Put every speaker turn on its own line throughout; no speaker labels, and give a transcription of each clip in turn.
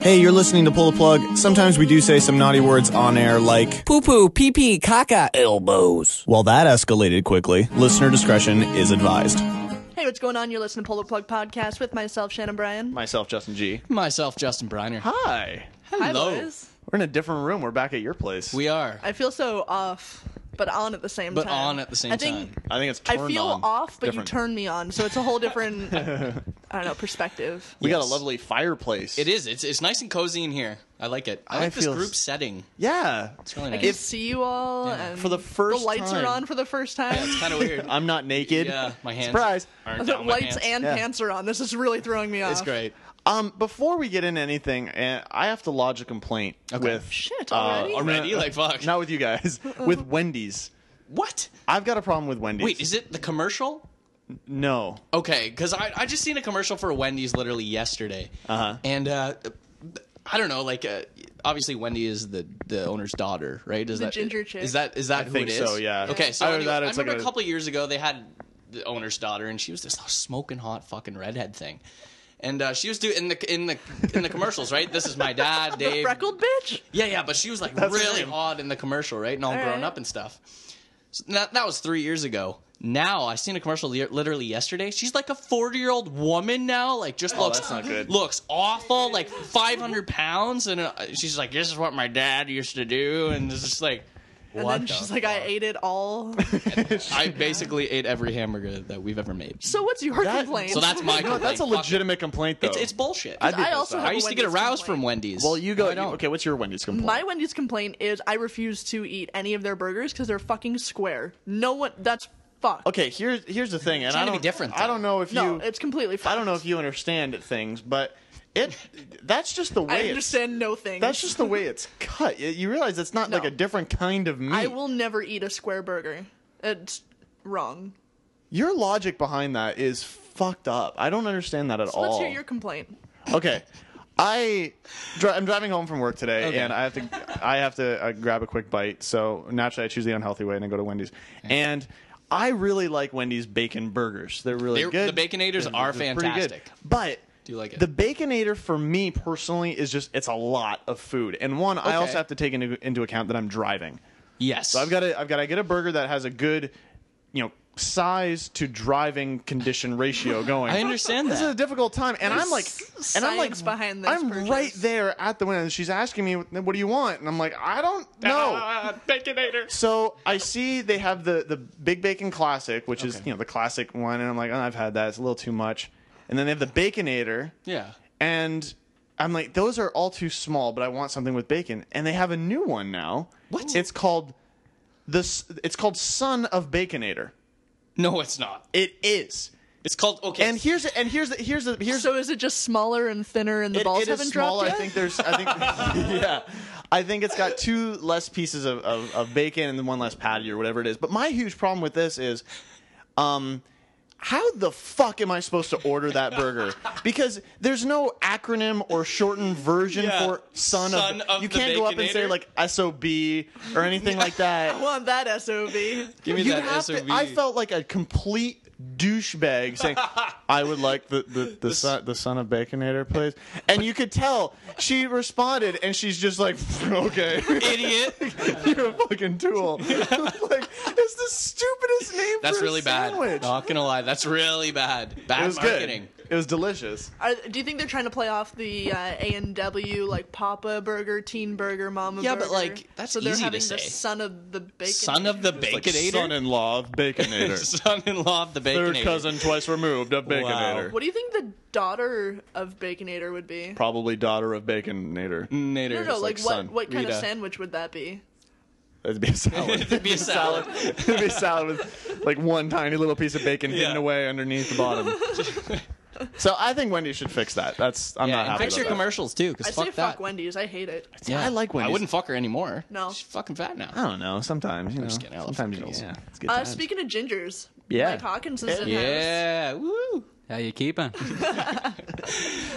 Hey, you're listening to Pull the Plug. Sometimes we do say some naughty words on air like,
Poo poo, pee pee, caca, elbows.
well, that escalated quickly. Listener discretion is advised.
Hey, what's going on? You're listening to Polar Plug Podcast with myself, Shannon Bryan.
Myself, Justin G.
Myself, Justin Briner.
Hi.
Hi,
Hello.
boys.
We're in a different room. We're back at your place.
We are.
I feel so off, but on at the same
But
time.
on at the same
I think,
time.
I think it's
I
turned
feel
on.
off, but
Different.
you turn me on, so it's a whole different, I don't know, perspective.
We got a
Yes.
lovely fireplace.
It is. It's it's nice and cozy in here. I like it. I
I
like this
feel
group
s-
setting.
Yeah.
It's really
I
nice.
can see you all, and
For the first
the lights
time.
are on for the first time.
it's kind of weird.
I'm not naked.
yeah, my hands.
Surprise.
Aren't
The
down my
lights
pants.
and
Yeah.
pants are on. This is really throwing me off.
It's great.
Um, before we get into anything, uh, I have to lodge a complaint
Okay.
with
Shit,
uh,
already?
Already? Like, fuck.
Not with you guys. with Wendy's.
Mm-hmm. What?
I've got a problem with Wendy's.
Wait, is it the commercial?
no?
Okay, because I, I just seen a commercial for Wendy's literally yesterday,
Uh-huh.
and uh, I don't know, like uh, obviously Wendy is the, the owner's daughter, right? Is
The
that
ginger chick.
Is that is that
I
who
think
it is?
so, yeah.
Okay, so
Either
anyway,
that or
I
it's like
remember a
a-
couple years ago they had the owner's daughter, and she was this smoking hot fucking redhead thing, and uh, she was doing in the in the in the commercials, right? This is my dad, Dave.
Freckled bitch?
Yeah, yeah, but she was like
That's
really
him.
odd in the commercial, right? And all,
All
grown
right.
up and stuff. So that, that was three years ago. Now I seen a commercial li- literally yesterday. She's like a forty-year-old woman now, like just looks
Oh, that's not good.
looks awful, like five hundred pounds, and uh, she's like, "This is what my dad used to do," and it's just like,
And
what
then
the
she's like, I ate it all.
fuck? I basically ate every hamburger that we've ever made.
so what's your
That-
complaint?
So that's my.
No,
complaint.
that's a
Fuck it.
legitimate complaint though.
It's, it's bullshit.
I'd be
I,
I
pissed
also
off.
have a
used to get
Wendy's
aroused
complaint.
from Wendy's.
well, you go.
I don't.
okay, what's your Wendy's complaint?
My Wendy's complaint is I refuse to eat any of their burgers because they're fucking square. No one. That's fucked.
okay, here's here's the thing, and
Trying
I
to
don't
be different,
I
though.
don't know if
No,
you.
it's completely fucked.
I don't know if you understand things, but it that's just the way.
I
it's-
understand no things.
That's just the way it's cut. You- You realize it's not like
No.
a different kind of meat.
I will never eat a square burger. It's wrong.
Your logic behind that is fucked up. I don't understand that at
So
all.
let's hear your complaint.
okay. I dri- I'm driving home from work today,
Okay.
and I have to I have to uh, grab a quick bite. So naturally, I choose the unhealthy way and I go to Wendy's. And I really like Wendy's bacon burgers. They're really
They're-
good.
the Baconators
They're-
are
they're pretty good.
fantastic.
But
Do you like it?
The Baconator for me personally is just it's a lot of food, and one I
Okay.
also have to take into, into account that I'm driving.
yes.
So I've got to I've got to get a burger that has a good, you know, size to driving condition ratio going.
I understand
This
that.
is a difficult time, and I'm like,
There's
and I'm
science
like,
behind this
I'm
purchase.
right there at the window. And she's asking me, "What do you want?" And I'm like, "I don't know."
Baconator.
So I see they have the the Big Bacon Classic, which is you know the classic one, and I'm like, "Oh, I've had that. It's a little too much." And then they have the Baconator,
Yeah.
and I'm like, those are all too small, but I want something with bacon. And they have a new one now.
What?
It's called this. It's called Son of Baconator.
No, it's not.
It is.
It's called okay.
And here's and here's the, here's the, here's
So is it just smaller and thinner and the
it,
balls
it is
haven't
small.
dropped
I
yet?
think there's I think yeah. I think it's got two less pieces of, of, of bacon and then one less patty or whatever it is. But my huge problem with this is um how the fuck am I supposed to order that burger? Because there's no acronym or shortened version
Yeah.
for son,
Son of
You
the
can't go up and say
Baconator?
like SOB or anything like that.
I want that SOB.
Give me
You'd
that
have
SOB.
To, I felt like a complete douchebag saying, "I would like the the, the, son, the son of Baconator, please." And you could tell she responded, and she's just like, "Okay,
idiot.
you're a fucking tool." like it's the stupidest name.
That's
for
really
a
bad.
sandwich.
Not gonna lie, that's really bad. Bad
it was
marketing.
good. It was delicious.
Are, do you think they're trying to play off the uh, A and W like Papa Burger, Teen Burger, Mama
Yeah,
Burger?
but, like, that's
so they're
easy to
having the
say.
son of the bacon.
Son of the
Like
Baconator.
son-in-law of Baconator,
Son-in-law of the Baconator.
third cousin twice removed of Baconator,
What do you think the daughter of Baconator would be?
probably daughter of Baconator.
Nator
No,
is
no, like,
like,
what
son,
what kind of
Rita.
sandwich would that be?
It'd be a salad.
It'd be a salad.
It'd be a salad with like one tiny little piece of bacon hidden
Yeah.
away underneath the bottom. so I think Wendy should fix that. That's I'm
yeah,
not
and
happy.
fix your
about that.
commercials too, because
I
fuck
say
that.
fuck Wendy's. I hate it.
Yeah.
I like
I
Wendy's.
wouldn't fuck her anymore.
No.
she's fucking fat now.
I don't know. Sometimes you know.
just kidding, I love
sometimes you
girls.
yeah. It's good
Uh,
times.
speaking of gingers,
Yeah.
Mike Hawkins is in house.
Yeah, woo!
How you keeping?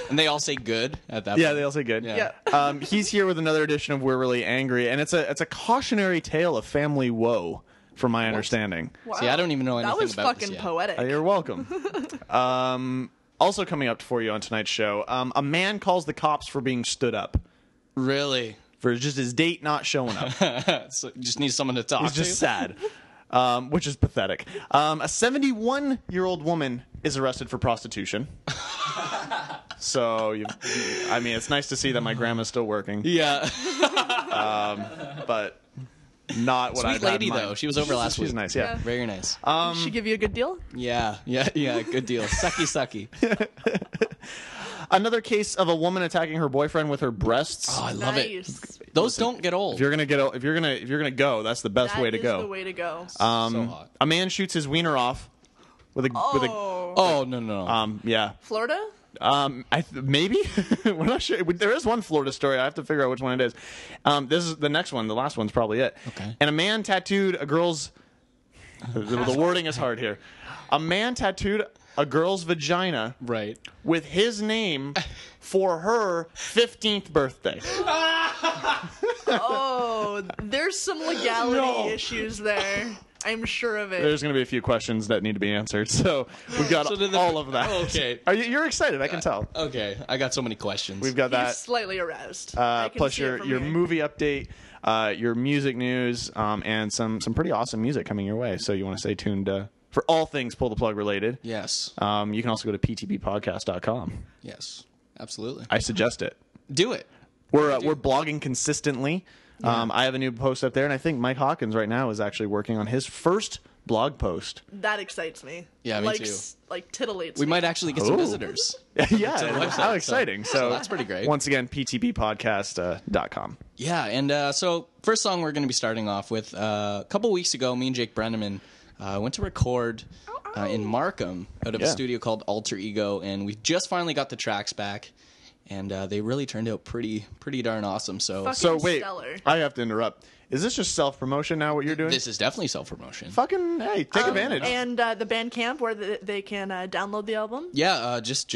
And they all say good at that.
yeah,
point.
they all say good.
Yeah.
Yeah.
Um, he's here with another edition of We're Really Angry, and it's a it's a cautionary tale of family woe, from my understanding.
Wow.
See, I don't even know
That
anything
was
about this
fucking
yet.
poetic.
Uh, you're welcome. um, Also coming up for you on tonight's show, um, a man calls the cops for being stood up
Really?
for just his date not showing up.
So you just need someone to talk
It's just
to.
sad, um, which is pathetic. Um, a 71 year old woman is arrested for prostitution. so, you, I mean, it's nice to see that my grandma's still working, Um,
Yeah.
but not what I
Sweet lady though. She was over last
She's
week.
nice, yeah. Um,
Very nice.
she give you a good deal?
yeah, yeah, yeah. Good deal. Sucky, sucky.
Another case of a woman attacking her boyfriend with her breasts.
Oh, I love it.
nice.
Those don't get old.
If you're gonna get, if you're gonna, if you're gonna go, that's the best
That
way to
is
go.
the way to go.
um,
So hot.
A man shoots his wiener off with a, with a,
oh,
oh no, no, no.
um, yeah,
Florida?
Um, I th- maybe we're not sure. There is one Florida story. I have to figure out which one it is. Um, this is the next one. The last one's probably it.
Okay.
And a man tattooed a girl's. The, the wording is hard here. A man tattooed a girl's vagina
right.
with his name for her fifteenth birthday.
Oh, there's some legality
No.
issues there. I'm sure of it.
There's going to be a few questions that need to be answered, so we've got
So did the- Oh,
all of that.
Okay. Uh,
Are you, you're excited? I can tell.
Okay. I got so many questions.
We've got
He's
that.
slightly aroused. I
uh,
can
plus
see it
your
from
your
here.
movie update, uh, your music news, um, and some some pretty awesome music coming your way. So you want to stay tuned uh, for all things pull the plug related.
Yes.
Um, you can also go to ptbpodcast.com.
yes. Absolutely.
I suggest it.
Do it.
We're uh, we're blogging consistently. Um, I have a new post up there, and I think Mike Hawkins right now is actually working on his first blog post.
That excites me.
Yeah, me
like,
too.
s- Like titillates.
We
me.
might actually get some
Oh.
visitors.
yeah,
the website,
how
so-
exciting! So,
so that's pretty great.
Once again, uh, ptbpodcast.com.
Yeah, and uh, so first song we're going to be starting off with. Uh, a couple weeks ago, me and Jake Brenneman uh, went to record
Oh,
uh, in Markham out of a
Yeah.
studio called Alter Ego, and we just finally got the tracks back, and uh, they really turned out pretty, pretty darn awesome. So
Fuck.
So
Fucking
wait,
stellar.
I have to interrupt. Is this just self promotion now? What you're doing?
this is definitely self promotion.
fucking hey, take advantage.
And uh, the Bandcamp where th- they can uh, download the album.
Yeah, uh, just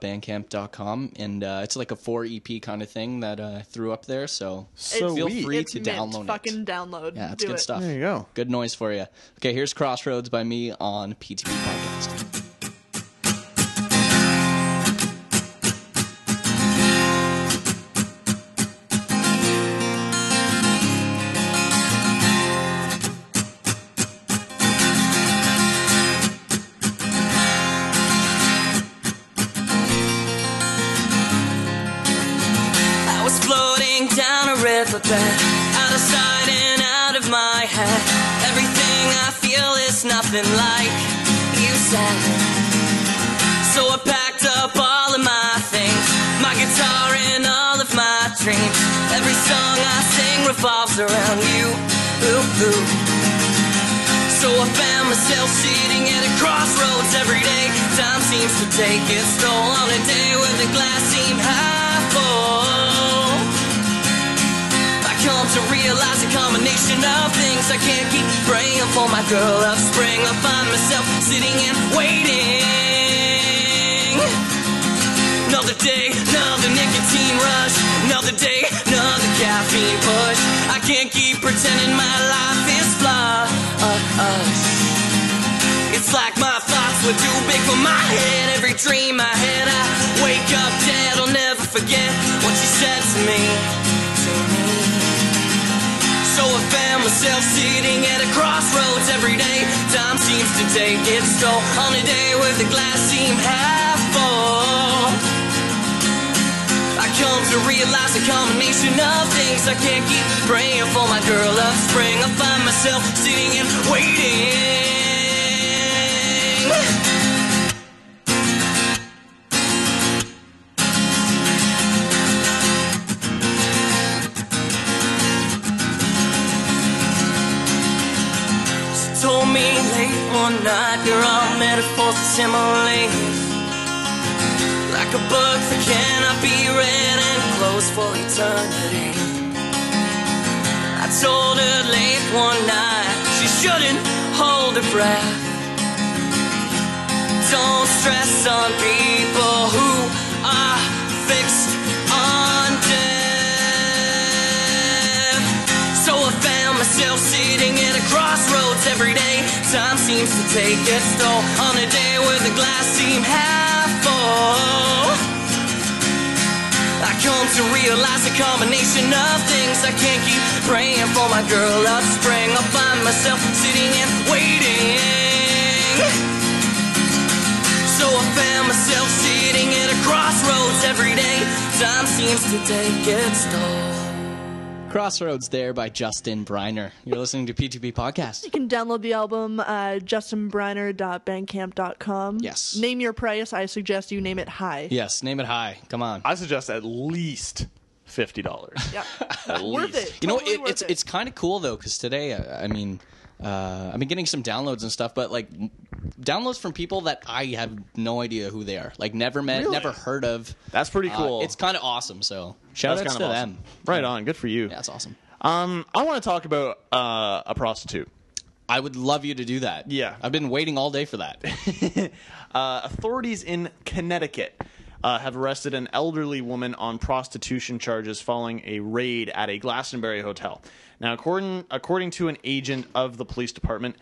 justinbriner.bandcamp.com, and uh, it's like a four EP kind of thing that uh, I threw up there. So
So
feel
we-
free
it's
to
mint.
download
Fucking
it.
download.
Yeah, it's
Do
good
it.
stuff.
There you go.
Good noise for you. Okay, here's Crossroads by me on PTB Podcast.
I was floating down a riverbed, out of sight and out of my head. Everything I feel is nothing like you said. So I packed up all of my things, my guitar and all of my dreams. Every song I sing revolves around you. Ooh, ooh. So I found myself sitting at a crossroads every day. Time seems to take its toll on a day where the glass seemed half full. I come to realize a combination of things. I can't keep praying for my girl of spring. I find myself sitting and waiting. Another day, another nicotine rush. Another day, another caffeine push. I can't keep pretending my life is flawless. It's like my thoughts were too big for my head. Every dream I had, I wake up dead. I'll never forget what she said to me. To me. So I found myself sitting at a crossroads every day. Time seems to take its toll on a day where the glass seemed half full. I come to realize a combination of things I can't keep praying for my girl of spring. I find myself sitting and waiting. She told me late one night, you're all metaphors to simulate. Like a book that cannot be read and closed for eternity. I told her late one night she shouldn't hold her breath. Don't stress on people who are fixed on death. So I found myself sitting at a crossroads every day. Time seems to take its toll on a day where the glass seemed half Oh, I come to realize a combination of things I can't keep praying for my girl of spring. I'll find myself sitting and waiting. So I found myself sitting at a crossroads every day. Time seems to take its toll.
Crossroads there by Justin Briner. You're listening to P2P Podcast.
You can download the album uh, justinbriner.bandcamp.com.
Yes.
Name your price. I suggest you name it high.
Yes, name it high. Come on.
I suggest at least fifty dollars.
Yeah.
least.
worth it.
You know,
Totally
it,
worth
it's it's kind of cool though, because today, I, I mean, uh, I've been getting some downloads and stuff, but like m- downloads from people that I have no idea who they are, like never met, never heard of.
That's pretty
Uh,
cool.
it's kind of awesome. So shout
That's
outs
kind
to
of awesome.
them.
Right on. Good for you.
Yeah, that's awesome.
Um, I want to talk about uh, a prostitute.
I would love you to do that.
Yeah.
I've been waiting all day for that.
Uh, authorities in Connecticut uh, have arrested an elderly woman on prostitution charges following a raid at a Glastonbury hotel. Now, according according to an agent of the police department,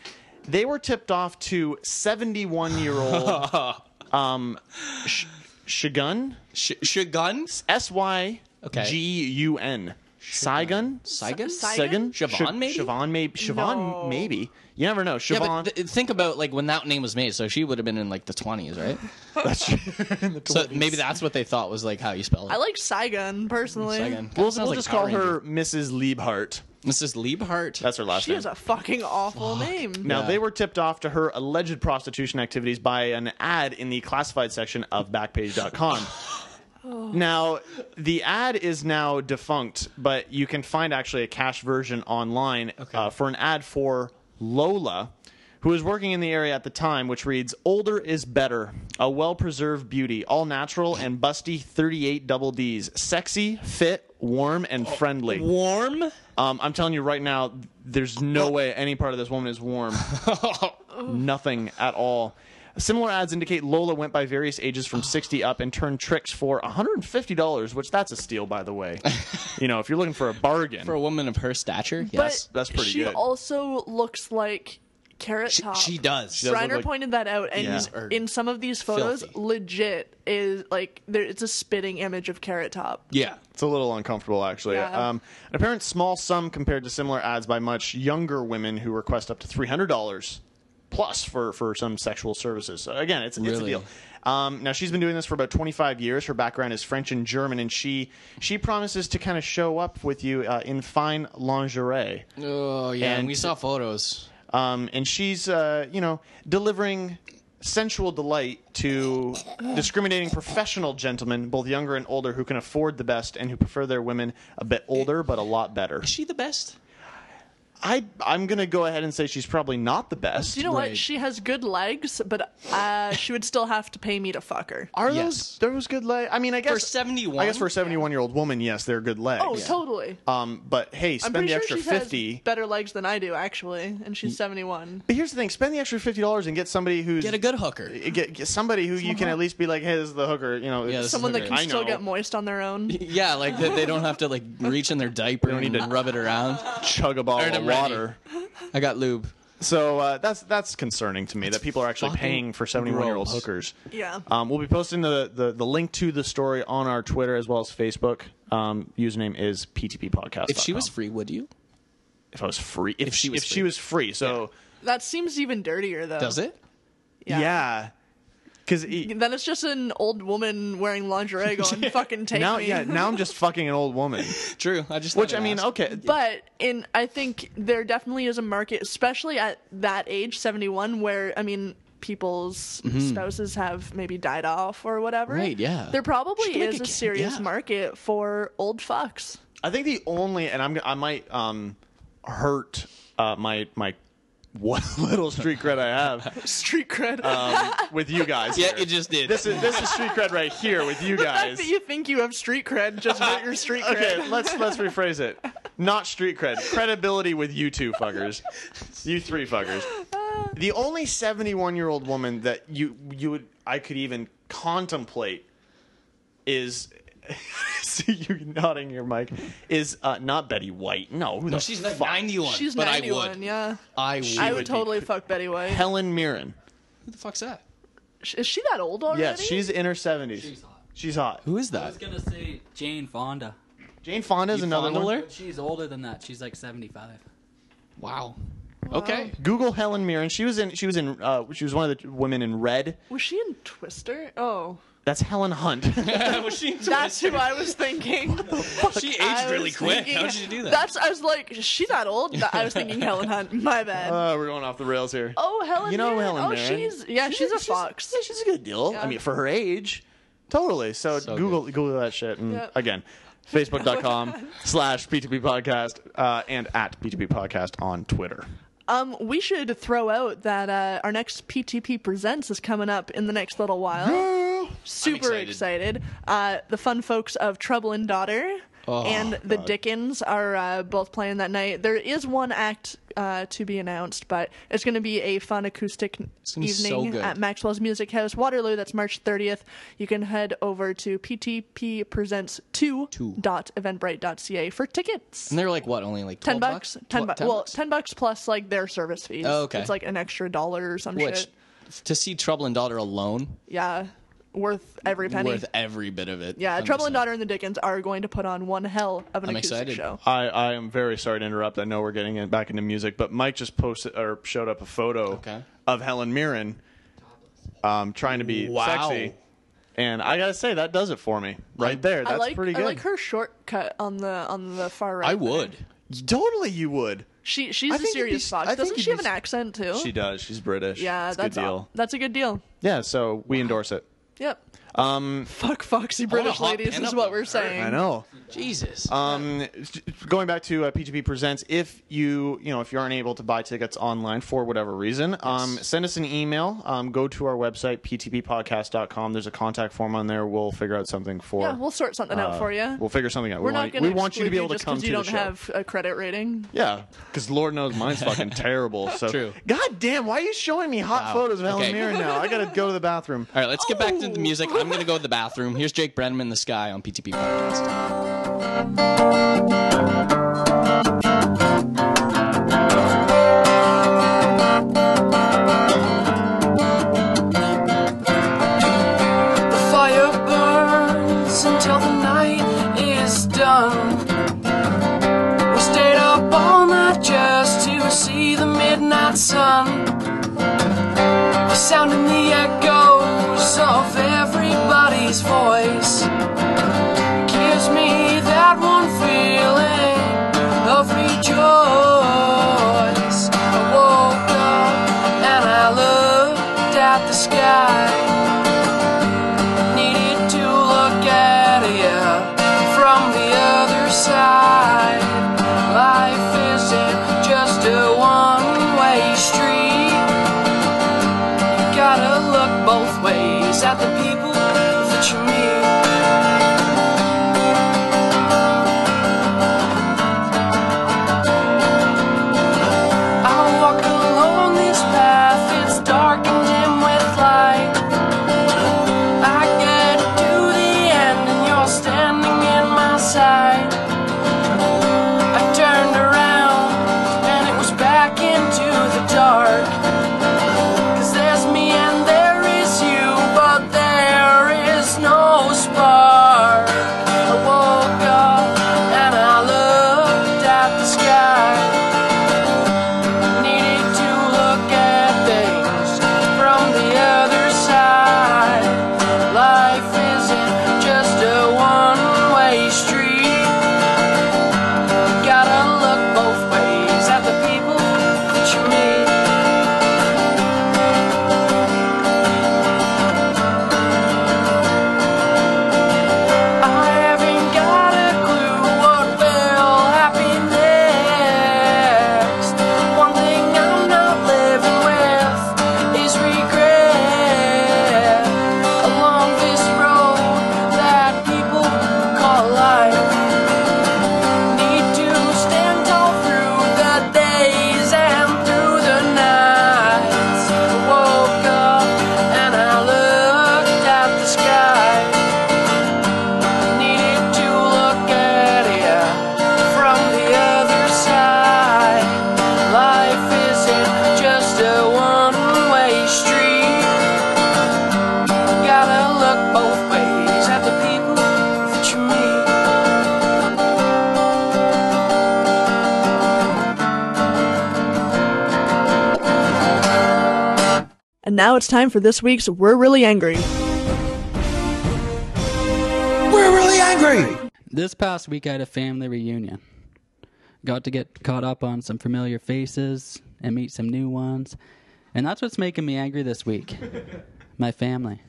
they were tipped off to 71 year old um, Sh- Shigun
Sh- Shagun?
S Y G U N Saigun
Saigon?
Saigon
Siobhan,
Sh-
maybe?
Siobhan maybe Siobhan
No.
maybe you never know
Yeah,
Siobhan
but th- think about like when that name was made. So she would have been in like the twenties, right? so maybe that's what they thought was like how you spell it.
I like Saigon personally.
Saigon.
we'll,
Sounds
we'll
like
just
Power
call
Ranger.
her Mrs. Liebhart.
Mrs. Liebhart.
That's her last
She
name.
has a fucking awful name.
Now,
Yeah.
they were tipped off to her alleged prostitution activities by an ad in the classified section of Backpage.com. Now, the ad is now defunct, but you can find actually a cash version online uh, for an ad for Lola, who was working in the area at the time, which reads Older is better, a well preserved beauty, all natural and busty 38 double Ds, sexy, fit, warm, and friendly.
warm.
Um, I'm telling you right now, there's no way any part of this woman is warm. Nothing at all. Similar ads indicate Lola went by various ages from 60 up and turned tricks for $150, which that's a steal, by the way. you know, if you're looking for a bargain.
For a woman of her stature,
But
yes.
that's pretty
she
good.
also looks like Carrot
She,
Top.
she does. She does.
look
Reiner
like-
pointed that out, and
Yeah.
Or
in some of these photos,
filthy.
legit is like there. It's a spitting image of Carrot Top.
Yeah.
It's a little uncomfortable, actually.
Yeah.
Um, an apparent small sum compared to similar ads by much younger women who request up to three hundred dollars plus for for some sexual services. So again, it's it's a
Really?
deal. Um, now she's been doing this for about 25 years. Her background is French and German, and she she promises to kind of show up with you uh, in fine lingerie,
Oh yeah. And,
And-
we saw photos.
um, and she's uh, you know delivering sensual delight to discriminating professional gentlemen, both younger and older, who can afford the best and who prefer their women a bit older but a lot better.
Is she the best?
I I'm gonna go ahead and say she's probably not the best.
Do you know
Right.
what? She has good legs, but uh, she would still have to pay me to fuck her.
Are
Yes.
those there was good leg? I mean, I guess
For 71?
I guess for a 71 year old woman, yes, they're good legs.
Oh, totally.
Um, but hey,
I'm
spend
pretty
the
sure
extra
she
50.
has better legs than I do, actually, and
Mm.
she's 71.
but here's the thing: spend the extra fifty dollars and get somebody who's
Get a good hooker.
get, get somebody who you can at least be like, hey, this is the hooker. You know,
Yeah, this is
Someone
the
that
great-
can
I
still
know.
get moist on their own.
Yeah, like that they don't have to like reach in their diaper and
need to-
rub it around.
chug a bottle
Alright,
of
I'm ready.
water.
I got lube.
So uh, that's that's concerning to me that people are actually
fucking
paying for 71 year old
gross.
hookers.
Yeah.
Um, we'll be posting the, the the link to the story on our Twitter as well as Facebook. Um, username is PTP Podcast.
If she was free, would you?
if I was free, if,
she
she
was
was if
free.
she was free, so
That seems even dirtier, though.
Does it?
yeah, because
Then it's just an old woman wearing lingerie going, fucking take
now
me.
yeah now I'm just fucking an old woman,
True. I just
which
thought
I
I'd
mean
ask.
okay,
But in I think there definitely is a market, especially at that age, seventy one, where I mean people's spouses have maybe died off or whatever.
Mm-hmm. Right, yeah.
There
She
probably
can make
is
a
a
kid,
serious
yeah.
market for old fucks.
I think the only and I'm I might um hurt uh, my my what little street cred I have Um,
Street cred.
with you guys.
Yeah,
here.
you just did.
This is this is street cred right here with you
the fact
guys.
that you think you have street cred just not your street cred.
Uh, Okay, let's let's rephrase it. Not street cred, credibility with you two fuckers, you three fuckers. The only seventy-one-year-old woman that you you would I could even contemplate is. See you nodding your mic is uh, not Betty White. No,
No, she's not 91.
She's
but
ninety
I
one,
would.
yeah.
I would.
I
would
would
be
totally fuck Betty White.
Helen Mirren.
Who the fuck's that?
Sh- Is she that old already?
Yes, she's in her 70s.
She's hot.
She's hot.
Who is
I
that?
was gonna say Jane Fonda.
Jane Fonda is
You
another
fondle
one.
her?
But she's older than that. She's like 75.
Wow. Okay.
Google Helen Mirren. She was in. She was in. Uh, she was one of the women in Red.
Was she in Twister? Oh,
That's Helen Hunt.
was she?
that's who I was thinking.
She aged
I was
really quick.
thinking-
How did you do that?
That's I was like, is she that old? Th- I was thinking Helen Hunt. My bad.
uh, we're going off the rails here.
oh, Helen.
you know
Mirren.
Helen
Oh,
Mirren.
she's yeah, she's, a fox.
Yeah, she's a good deal. I
Yeah.
mean, for her age, totally. So,
So
Google Google that shit. And
Yep. Oh,
again, Facebook.com slash B2B podcast uh, and at B2B podcast on Twitter.
Um, we should throw out that uh, our next PTP presents is coming up in the next little while. Super
I'm
excited. Uh, the fun folks of Trouble and Daughter
Oh,
and the Dickens are uh, both playing that night. There is one act uh, to be announced, but it's going to be a fun acoustic
gonna be
evening
so good.
at Maxwell's Music House, Waterloo. That's March 30th. You can head over to ptppresents2.eventbrite.ca for tickets.
And they're like what? Only like
10
12
bucks, 10
Tw-
bucks well 10 bucks plus like their service fees
Oh, okay.
it's like an extra dollar or some
Which
shit
to see Trouble and Daughter alone
yeah worth every penny
worth every bit of it.
yeah trouble and
100%.
daughter and the dickens are going to put on one hell of an
I'm
acoustic
excited.
show
I, I am very sorry to interrupt. I know we're getting in, back into music, but Mike just posted or showed up a photo
Okay.
of Helen Mirren um, trying to be
Wow.
sexy. And I gotta say that does it for me right
I-
there. That's
i like
pretty good.
i like her shortcut on the on the far right
I
there.
would.
Totally, you would.
she she's
I
a
think it'd be
serious
s-
fox
I think
doesn't
it'd
she have
be
an
s-
accent too
She does. She's British.
yeah
it's a
that's
good
all-
deal.
that's a good deal
Yeah, so we endorse it.
yep um fuck foxy
wanna
british
hop
ladies
in
is
up
what
with
we're
her.
saying
I know.
Jesus.
Um, s- going back to uh, PGP Presents, if you you know if you aren't able to buy tickets online for whatever reason, um, send us an email. Um, go to our website ptppodcast.com. There's a contact form on there. We'll figure out something for.
yeah we'll sort something out for you
We'll figure something out.
we're
we
not
want,
going
Uh, we want you to be able to
just
come
'cause
to
you
the
don't
show.
have a credit rating
yeah, because Lord knows mine's fucking terrible. So,
True.
God damn, why are you showing me hot
Wow.
photos of Helen
Okay.
Mirren now? I gotta go to the bathroom.
All right, let's get back to the music. I'm going to go to the bathroom. Here's Jake Brenneman, The Sky on PTP Podcast.
The fire burns until the night is done. We stayed up all night just to see the midnight sun. The sound in the echoes of everybody's voice gives me that one feeling of rejoice. I woke up and I looked at the sky needed to look at you from the other side. Life isn't just a one way street. You gotta look both ways at the people that you meet. I walk along this path, it's dark and dim with light. I get to the end and you're standing in my sight.
And now it's time for this week's We're Really Angry.
This past week, I had a family reunion. Got to get caught up on some familiar faces and meet some new ones. And that's what's making me angry this week my family.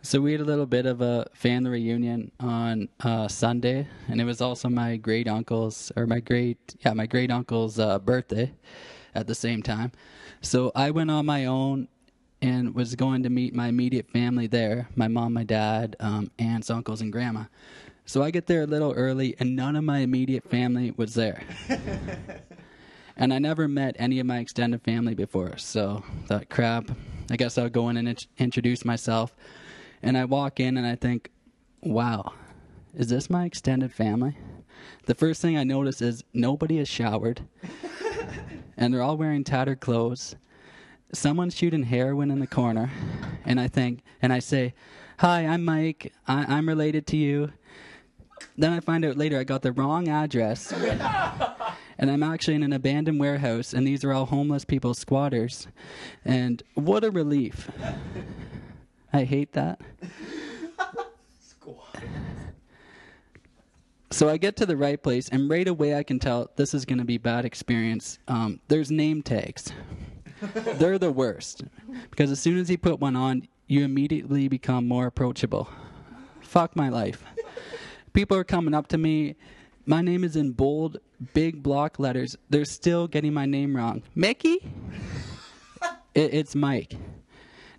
So, we had a little bit of a family reunion on uh, Sunday, and it was also my great uncle's, or my great, yeah, my great uncle's uh, birthday at the same time. So, I went on my own and was going to meet my immediate family there my mom, my dad, um, aunts, uncles, and grandma. So I get there a little early, and none of my immediate family was there. and I never met any of my extended family before, so I thought, crap, I guess I'll go in and int- introduce myself. And I walk in, and I think, wow, is this my extended family? The first thing I notice is nobody has showered, and they're all wearing tattered clothes. Someone's shooting heroin in the corner, and I think, and I say, "Hi, I'm Mike. I- I'm related to you." Then I find out later I got the wrong address. and I'm actually in an abandoned warehouse, and these are all homeless people, squatters. And what a relief. I hate that. So I get to the right place, and right away I can tell this is going to be bad experience. Um, there's name tags. They're the worst because as soon as you put one on, you immediately become more approachable. Fuck my life people are coming up to me. My name is in bold, big block letters. They're still getting my name wrong. Mickey? it, it's Mike.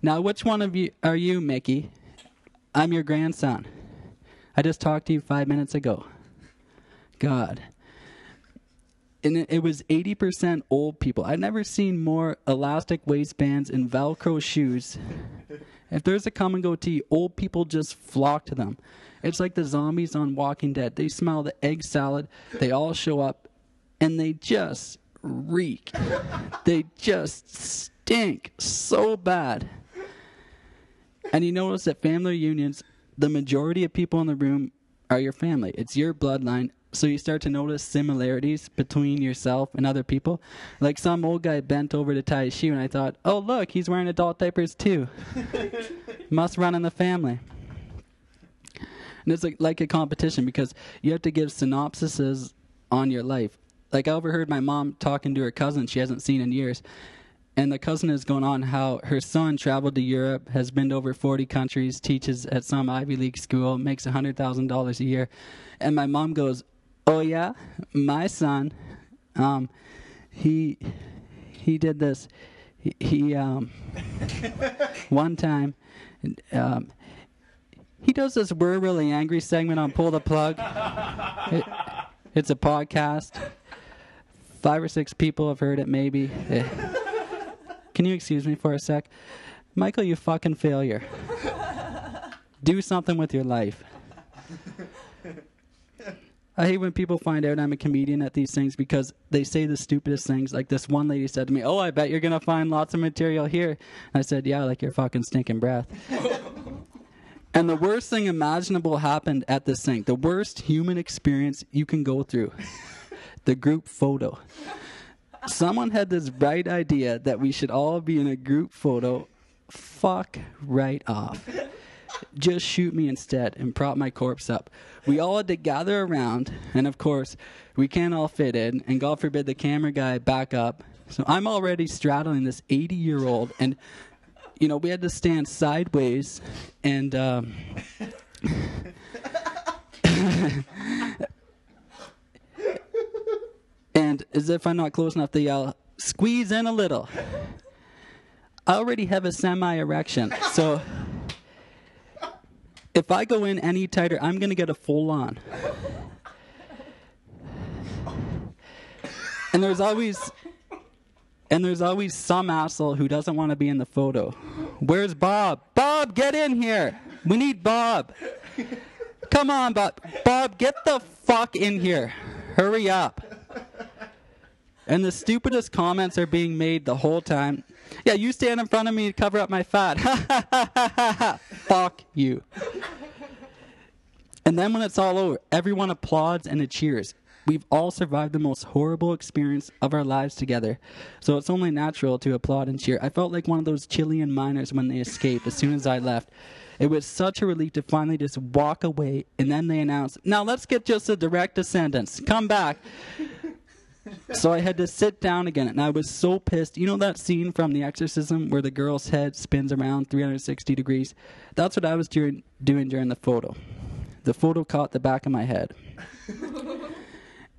Now, which one of you are you, Mickey? I'm your grandson. I just talked to you five minutes ago. God. And it, it was 80% old people. I've never seen more elastic waistbands and Velcro shoes if there's a come and go tea, old people just flock to them. It's like the zombies on Walking Dead. They smell the egg salad, they all show up, and they just reek. they just stink so bad. And you notice that family reunions, the majority of people in the room are your family. It's your bloodline. So you start to notice similarities between yourself and other people. Like some old guy bent over to tie his shoe, and I thought, oh, look, he's wearing adult diapers too. Must run in the family. And it's like, like a competition because you have to give synopsises on your life. Like I overheard my mom talking to her cousin she hasn't seen in years, and the cousin is going on how her son traveled to Europe, has been to over 40 countries, teaches at some Ivy League school, makes $100,000 a year. And my mom goes, "Oh yeah, my son um he he did this. He, he um one time um he does this we're really angry segment on pull the plug It- it's a podcast five or six people have heard it maybe Eh. can you excuse me for a sec michael you fucking failure do something with your life I hate when people find out I'm a comedian at these things because they say the stupidest things. Like this one lady said to me, "Oh, I bet you're gonna find lots of material here." And I said, "Yeah, like your fucking stinking breath." And the worst thing imaginable happened at this thing. The worst human experience you can go through. the group photo. Someone had this bright idea that we should all be in a group photo. Fuck right off. Just shoot me instead and prop my corpse up. We all had to gather around, and of course, we can't all fit in, and God forbid the camera guy back up. So I'm already straddling this 80 year old, and you know, we had to stand sideways and um, and as if I'm not close enough to yell, squeeze in a little. I already have a semi erection, so if I go in any tighter, I'm gonna get a full on. And there's always and there's always some asshole who doesn't want to be in the photo. Where's Bob? Bob, get in here. We need Bob. Come on, Bob. Bob, get the fuck in here. Hurry up. And the stupidest comments are being made the whole time. Yeah, you stand in front of me to cover up my fat. fuck you. And then when it's all over, everyone applauds and it cheers. We've all survived the most horrible experience of our lives together, so it's only natural to applaud and cheer. I felt like one of those Chilean miners when they escaped as soon as I left. It was such a relief to finally just walk away, and then they announced, Now let's get just a direct descendants. Come back. So I had to sit down again, and I was so pissed. You know that scene from The Exorcism where the girl's head spins around 360 degrees? That's what I was during, doing during the photo. The photo caught the back of my head.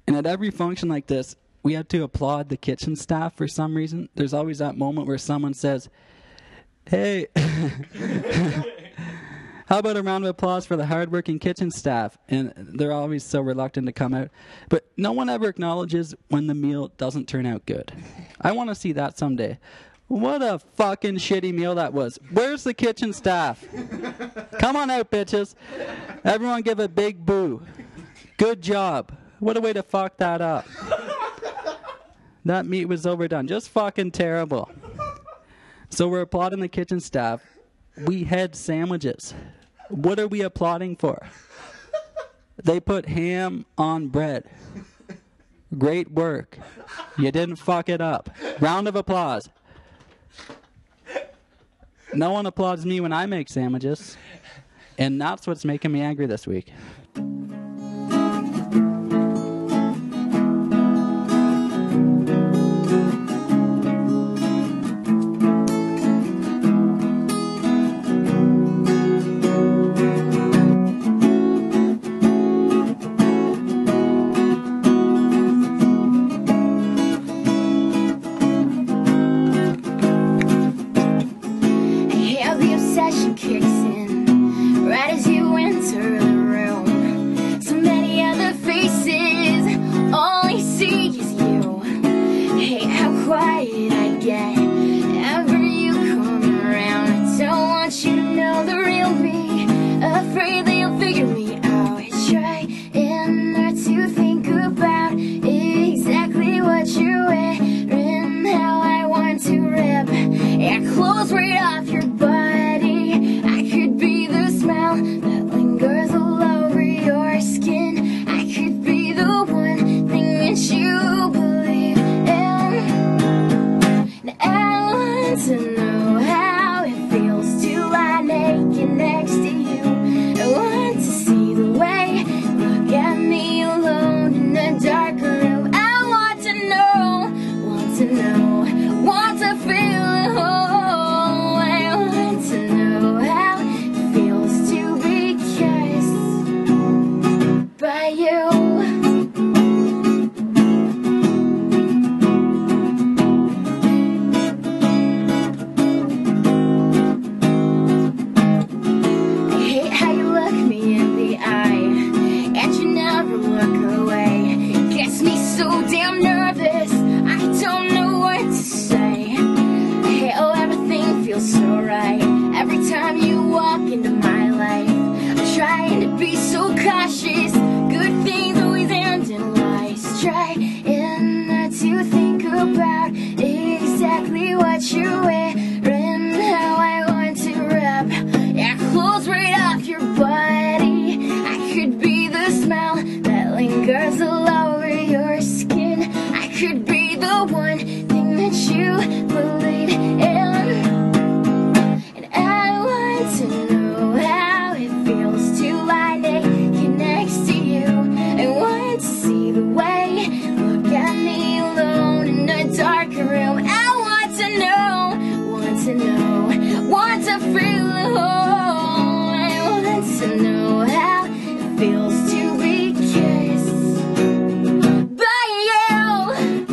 and at every function like this, we had to applaud the kitchen staff for some reason. There's always that moment where someone says, Hey, how about a round of applause for the hardworking kitchen staff? And they're always so reluctant to come out. But no one ever acknowledges when the meal doesn't turn out good. I want to see that someday. What a fucking shitty meal that was. Where's the kitchen staff? Come on out, bitches. Everyone give a big boo. Good job. What a way to fuck that up. That meat was overdone. Just fucking terrible. So we're applauding the kitchen staff. We had sandwiches. What are we applauding for? They put ham on bread. Great work. You didn't fuck it up. Round of applause. No one applauds me when I make sandwiches. And that's what's making me angry this week.
And here the obsession kicks in, right as you enter the room. So many other faces, all I see is you. Hate how quiet I get ever you come around. I don't want you to know the real me. Afraid that you'll figure me out. I try and not to think about exactly what you're wearing, how I want to rip your clothes right off your body. I could be the smell that lingers all over your skin. I could be the one thing that you believe in. I want to know how it feels to lie naked next to you. I want to see the way you look at me alone in the dark room. I want to know, want to know, want to feel it whole. I want to know how it feels to be kissed by you. I hate how you look me in the eye, and you never look away. Gets me so damn nervous, I don't know what to say. I hate how everything feels so right every time you walk into my life. I'm trying to be so cautious, good things always end in lies. Try and not to think about exactly what you're wearing, how I want to rip your clothes right off your body. I could be the smell that lingers all over your skin. I could be the one thing that you believe in. And I want to know how it feels to lie naked next to you. I want to see the way you look at me alone in a dark room. I want to know, want to know, want to feel the whole. I want to know how it feels to be kissed by you.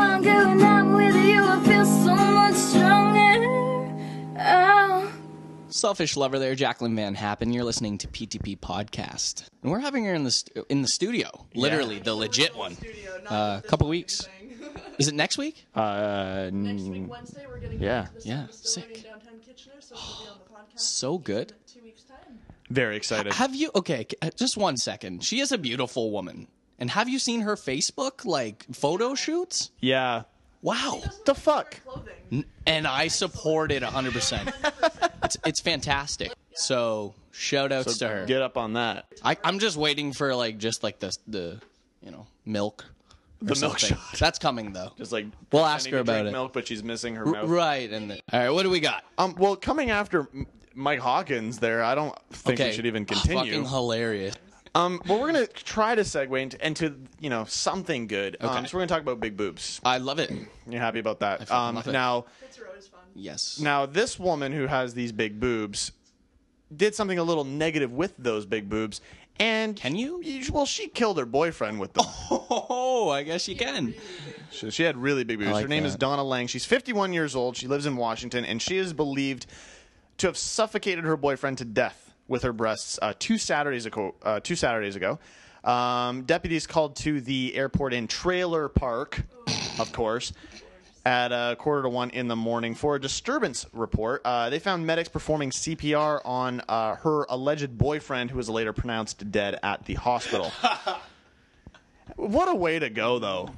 Oh.
selfish lover there, Jacqueline Van Happen. You're listening to PTP Podcast. And we're having her in the, st- in the studio, literally, the legit one. Uh, A couple weeks. Is it next week?
Uh,
Next week, Wednesday, we're getting
Yeah.
back to the
Yeah,
facility
sick.
in downtown Kitchener, so we'll be on the podcast.
So good.
in Two weeks time.
very excited.
Have you okay? c- uh, Just one second. She is a beautiful woman, and have you seen her Facebook like photo shoots?
Yeah.
Wow!
The fuck?
Clothing.
And I support it hundred percent. It's it's fantastic. So shout outs to her.
Get up on that.
I, I'm just waiting for like just like the the you know milk.
The milk
something.
shot.
That's coming though.
Just like
We'll ask
pretending
her
to drink
about it.
Milk, but she's missing her
R-
mouth.
right and the, all right. What do we got?
Um. Well, coming after M- Mike Hawkins, there, I don't think we should even continue.
Ah, Fucking hilarious.
um. Well, we're gonna try to segue into, into you know something good. Um,
Okay.
so we're gonna talk about big boobs.
I love it.
You're happy about that?
fucking
Um.
love it.
Now,
Hits are always fun.
Yes.
now this woman who has these big boobs did something a little negative with those big boobs, and
Can you?
Well, she killed her boyfriend with them.
Oh, I guess you can.
She, she had really big boobs.
like
Her name is
that.
Donna Lang. She's 51 years old. She lives in Washington, and she is believed to have suffocated her boyfriend to death with her breasts uh, two Saturdays ago. Uh, two Saturdays ago, um, deputies called to the airport in Trailer Park, of course. At a quarter to one in the morning for a disturbance report, uh, they found medics performing CPR on uh, her alleged boyfriend, who was later pronounced dead at the hospital. what a way to go, though!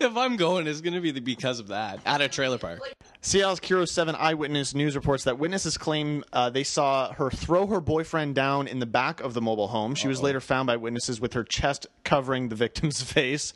If I'm going, it's gonna be the, because of that at a trailer park.
Seattle's Kiro 7 Eyewitness News reports that witnesses claim uh, they saw her throw her boyfriend down in the back of the mobile home. She was later found by witnesses with her chest covering the victim's face.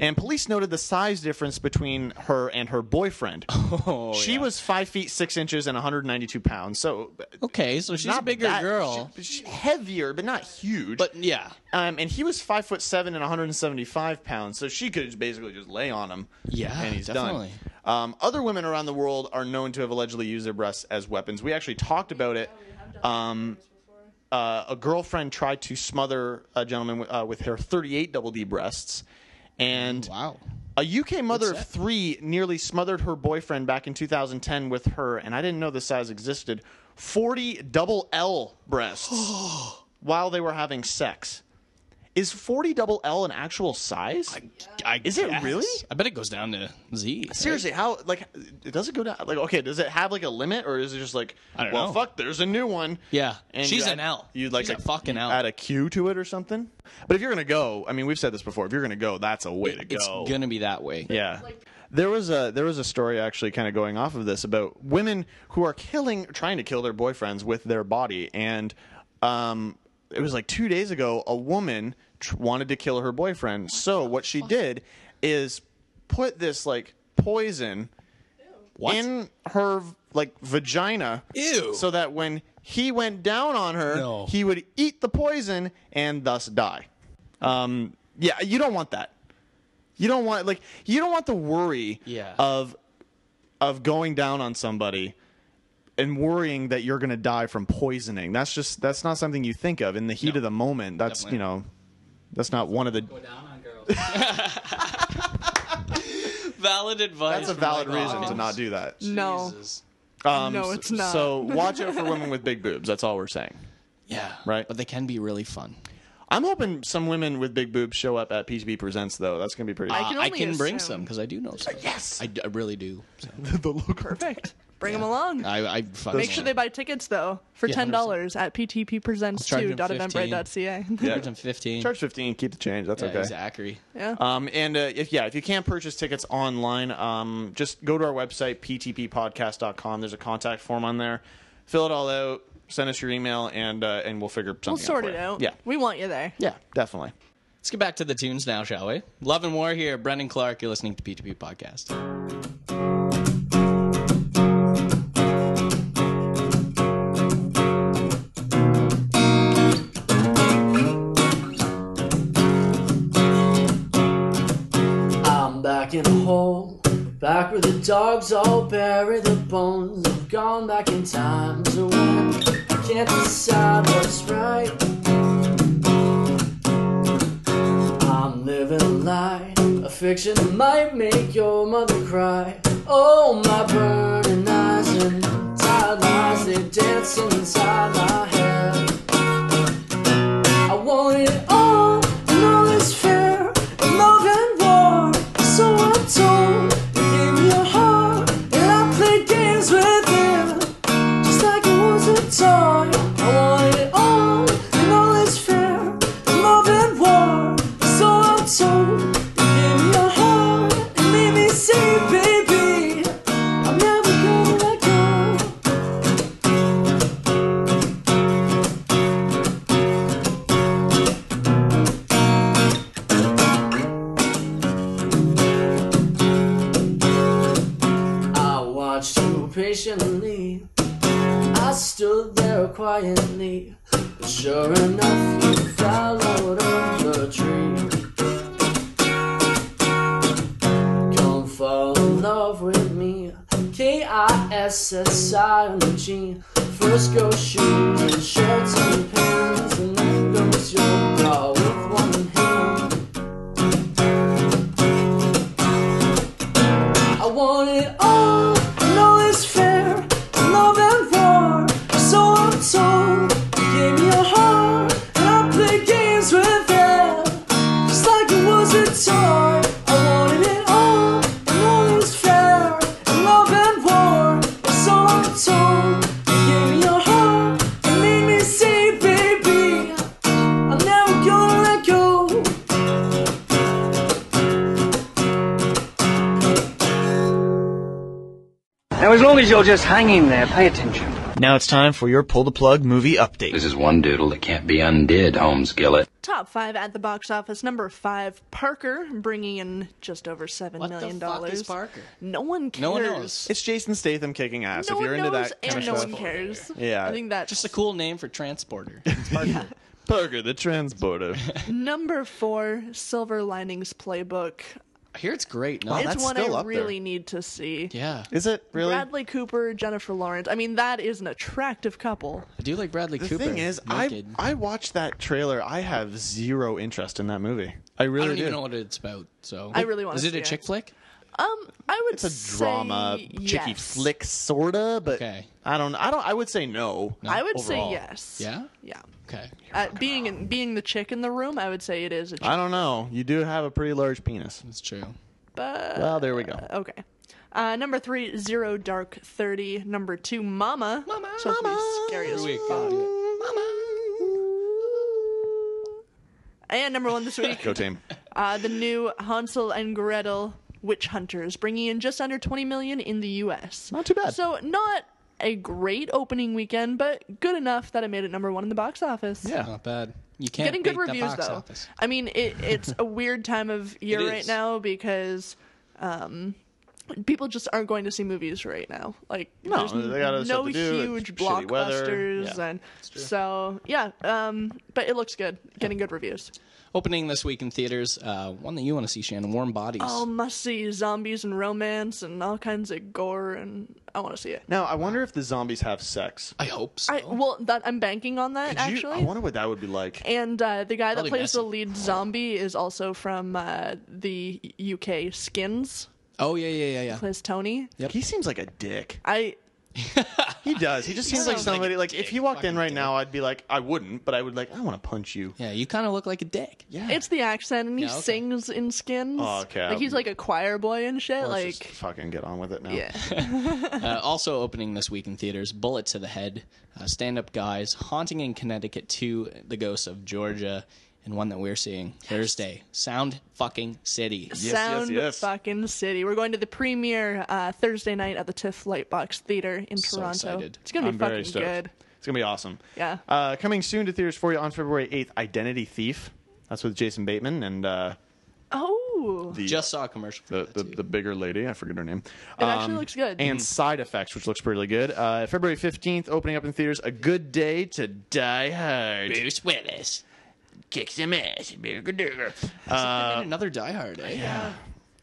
And police noted the size difference between her and her boyfriend.
Oh,
she was 5 feet 6 inches and 192 pounds. So,
Okay, so she's a
not
bigger
that-
girl,
she- she- heavier, but not huge.
but yeah,
Um, and he was five foot seven and 175 pounds, so she could basically just lay on him.
Yeah,
and he's
definitely.
done. Um, other women around the world are known to have allegedly used their breasts as weapons. We actually talked about it. Um, uh, a girlfriend tried to smother a gentleman wi- uh, with her 38 double D breasts, and
wow.
a UK mother of
set.
three nearly smothered her boyfriend back in 2010 with her, and I didn't know this size existed, 40 double L breasts while they were having sex. Is 40 double L an actual size?
I
Is it
guess.
really?
I bet it goes down to Z. right?
Seriously, how, like, it does it go down? Like, okay, does it have, like, a limit, or is it just like,
I don't
well,
know.
fuck, there's a new one?
Yeah,
And
she's
you add-
an L.
You'd like
She's a fucking L.
Add a Q to it or something? But if you're going to go, I mean, we've said this before, if you're going to go, that's a way to
It's
go.
gonna be that way.
Yeah. There was a there was a story actually kind of going off of this about women who are killing trying to kill their boyfriends with their body and um it was like 2 days ago a woman tr- wanted to kill her boyfriend. So what she did is put this like poison
What?
in her like vagina
Ew.
so that when he went down on her
No.
he would eat the poison and thus die. Um yeah, you don't want that. You don't want like you don't want the worry
Yeah.
of of going down on somebody and worrying that you're going to die from poisoning. That's just that's not something you think of in the heat of the moment. That's
Definitely
you know that's not one of the
down on girls.
valid advice.
that's a
from
valid
Mike
reason to
Hawkins.
not do that.
No.
Jesus.
Um,
No,
s-
it's not.
So watch out for women with big boobs. That's all we're saying.
Yeah,
Right.
But they can be really fun.
I'm hoping some women with big boobs show up at PTB Presents though. That's going to be pretty.
I can
Uh, I
only
can bring
assume.
some because I do know some.
yes.
I, d- I really do. So
Perfect. Bring them along.
Uh,
I, I fucking
Make sure they buy tickets though for
Yeah,
ten dollars at ptppresents2.eventbrite.ca.
Yeah.
I'm fifteen.
Charge 15, keep the change. That's
Yeah,
okay.
Zachary.
Yeah.
Um, and uh, if yeah, if you can't purchase tickets online, um, just go to our website ptppodcast.com. There's a contact form on there. Fill it all out. Send us your email, and uh, and we'll figure something.
we'll sort
for
it
you.
out.
Yeah,
We want you there.
yeah, definitely.
Let's get back to the tunes now, shall we? Love and War here. Brendan Clark, you're listening to P2P Podcast.
I'm back in a hole, back where the dogs all bury the bones. I've gone back in time to when I can't decide what's right. I'm living a lie, a fiction that might make your mother cry. Oh, my burning eyes and tired Outside lies they dance inside my head. I want it all, and all is fair, and love and war. So I'm told. You gave me your heart, and I play games with it, just like it was a toy. I want it all, and all is fair, and love and war. So I'm told. You gave me your heart, and made me say, baby, I'm never gonna let go. I watched you patiently. I stood there quietly. But sure enough, you followed up your dream. Come fall in love with me. K I S S I N G. First go shoes and shirts and pants, and then goes your bra with one hand. I want it all, and all is fair, and love and war. So I'm told, you gave me your heart, and I play games with it, just like it was a toy. I wanted it all, and all is fair, and love and war. So I'm told, you gave me your heart, and made me say, baby, I'm never gonna let go.
Now, as long as you're just hanging there, pay attention.
Now it's time for your pull the plug movie update.
This is one doodle that can't be undid, Holmes Gillett.
Top five at the box office. Number five, Parker, bringing in just over seven million dollars. No one cares.
No one knows.
It's Jason Statham kicking ass.
No
if you're
one
into
knows,
that kind
and
of
no
stuff.
one cares.
Yeah.
I think that's
Just a cool name for transporter.
Burger the transporter.
number four. Silver Linings Playbook.
I hear it's great. No,
Wow,
it's
that's
one
still
I
up there.
really need to see.
yeah,
Is it really?
Bradley Cooper, Jennifer Lawrence. I mean, that is an attractive couple.
I do like Bradley
the
Cooper.
thing is, I
naked.
I watched that trailer. I have zero interest in that movie.
I
I really
don't
do.
even know what it's about. So
I really wanna
Is it
see
a
it.
chick flick?
Um, I would
it's a
say
drama, chicky
yes.
flick sorta, but
Okay.
I don't I don't I would say no.
I would
overall.
say yes.
Yeah.
Yeah.
Okay.
Uh, being in, being the chick in the room, I would say it is a chick.
I don't know. You do have a pretty large penis.
That's true.
But
Well, there we go.
Okay. Uh, number three, Zero Dark Thirty. Number two, Mama. Mama. Supposed to be scary as
Every week,
fuck.
I'll do
And number one this week,
Go team.
uh, the new Hansel and Gretel Witch Hunters, bringing in just under twenty million in the U.S.
Not too bad.
So not a great opening weekend, but good enough that it made it number one in the box office.
it. Not bad. You can't
Getting good
beat the
reviews
box
though.
office.
I mean, it, it's a weird time of year
It
right
is.
now because um, people just aren't going to see movies right now. Like,
No,
there's
they got other
no
stuff to do, it's
huge
shitty weather.
blockbusters,
Yeah,
and so yeah. Um, but it looks good. Getting good reviews.
Opening this week in theaters, uh, one that you want to see, Shannon, Warm Bodies.
Oh, must see zombies and romance and all kinds of gore, and I want to see it.
Now I wonder if the zombies have sex.
I hope so.
I well, that I'm banking on that
Could you-
actually.
I wonder what that would be like.
and uh, the guy that
Probably
plays the
messy.
lead zombie is also from uh, the UK Skins.
oh yeah, yeah, yeah, yeah.
Plays Tony.
He seems like a dick.
I
He does. He just seems like
sounds like a
somebody. Like, if
dick,
he walked in
fucking
right
dick.
now, I'd be like, I wouldn't, but I would like, I want to punch you.
Yeah, you kind of look like a dick.
Yeah.
it's the accent and he
Yeah, okay.
sings in skins.
Oh, okay.
Like he's like a choir boy and shit.
Let's
like
just fucking get on with it now.
yeah.
Uh, also opening this week in theaters, Bullet to the Head, uh, Stand Up Guys, Haunting in Connecticut 2, The Ghosts of Georgia, and one that we're seeing Thursday, Sound Fucking City.
yes,
Sound
yes.
fucking city. We're going to the premiere uh, Thursday night at the TIFF Lightbox Theater in
So
Toronto.
excited.
It's gonna be
I'm very
fucking
stoked.
good.
It's gonna be awesome.
Yeah.
Uh, coming soon to theaters for you on February eighth, Identity Thief. That's with Jason Bateman and uh,
Oh,
the
Just saw a commercial for
the,
that
the,
too.
the bigger lady. I forget her name. Um,
It actually looks good.
And Side Effects, which looks pretty good. Uh, February fifteenth, opening up in theaters. A good day to die hard.
Bruce Willis.
Kick some ass, burger, burger.
And another Die Hard, eh? Yeah.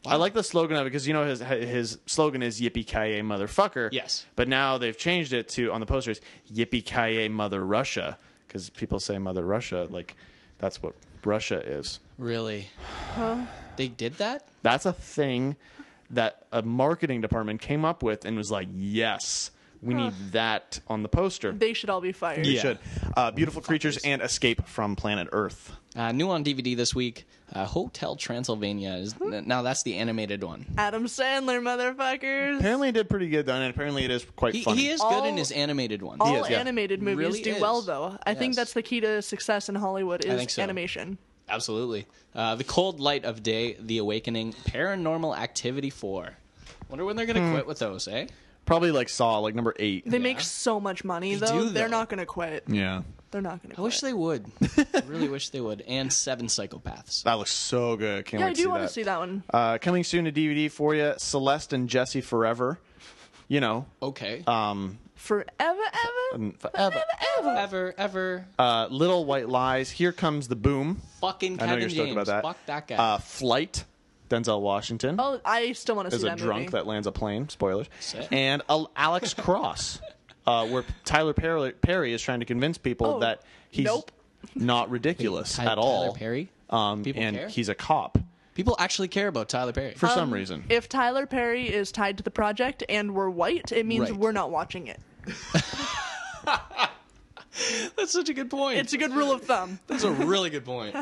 Uh, I like the slogan of it because you know his his slogan is "Yippee ki yay, motherfucker."
Yes.
But now they've changed it to on the posters "Yippee ki yay, mother Russia" because people say "mother Russia" like that's what Russia is.
Really? They did that?
That's a thing that a marketing department came up with and was like, "Yes, We need that on the poster.
They should all be fired.
You should. Uh, Beautiful Creatures and Escape from Planet Earth.
Uh, new on DVD this week, uh, Hotel Transylvania is now that's the animated one.
Adam Sandler, motherfuckers.
Apparently, it did pretty good, though, and apparently, it is quite
He,
funny.
he is
All-
good in his animated one.
All animated movies
Really
do
is.
well, though. I think
Yes.
that's the key to success in Hollywood
I
is
think so.
animation.
Absolutely. Uh, the Cold Light of Day, The Awakening, Paranormal Activity 4. Wonder when they're going to quit with those, eh?
Hmm. Probably like Saw, like number eight.
They make so much money,
They
though.
do,
They're
though.
not going to quit.
Yeah.
They're not going to
I
quit.
wish they would. I really wish they would. And Seven Psychopaths.
That looks so good. Can't
yeah,
wait
I
to see
do want to
that.
see that one.
Uh, coming soon to DVD for you Celeste and Jesse Forever. You know,
Okay.
um,
Forever, ever.
um, forever.
ever, ever.
Uh, Little White Lies. Here Comes the Boom.
Fucking
I
Kevin
know you're
James.
stoked about that.
Fuck that guy.
Uh, Flight. Denzel Washington.
Oh, I still want to
is
see
a
that
drunk
movie.
that lands a plane. Spoilers.
Sick.
And Al- Alex Cross, uh, where Tyler Perry, Perry is trying to convince people
Oh,
that he's
nope.
not ridiculous
Ty-
at all.
Tyler Perry?
Um,
People
and
care?
he's a cop
People actually care about Tyler Perry.
for
Um,
some reason.
If Tyler Perry is tied to the project and we're white, it means
Right.
we're not watching it.
That's such a good point.
It's a good rule of thumb.
That's a really good point.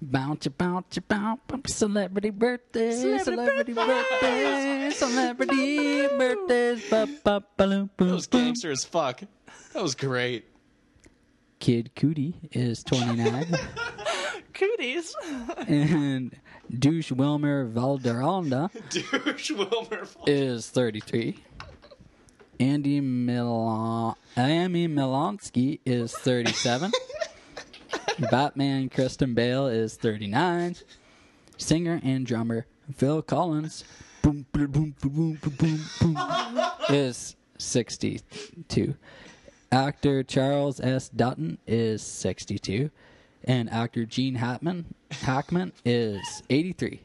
Bounce, bounce, bounce, bounce, celebrity birthday,
Celebrity
celebrity, birthday, celebrity birthdays, ba ba ba loom,
That
boom,
was
boom.
gangster as fuck. That was great.
Kid Cootie is 29,
Cooties.
and Douche Wilmer Valderranda
Douche Wilmer.
is 33. Andy Milan, Amy Milonsky is 37. Batman Kristen Bale is 39. Singer and drummer Phil Collins boom, boom, boom, boom, boom, boom, boom, is 62. Actor Charles S. Dutton is 62. And actor Gene Hackman, Hackman is 83.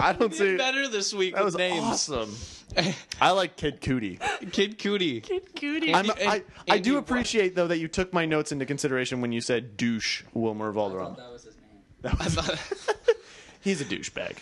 I don't see.
Better this week
That
with
was
names.
awesome. I like Kid Cootie.
Kid Cootie.
Cooties.
I'm,
and-
I, I
and
do
you-
appreciate though that you took my notes into consideration when you said douche Wilmer Valderrama.
was his name.
He's a douchebag.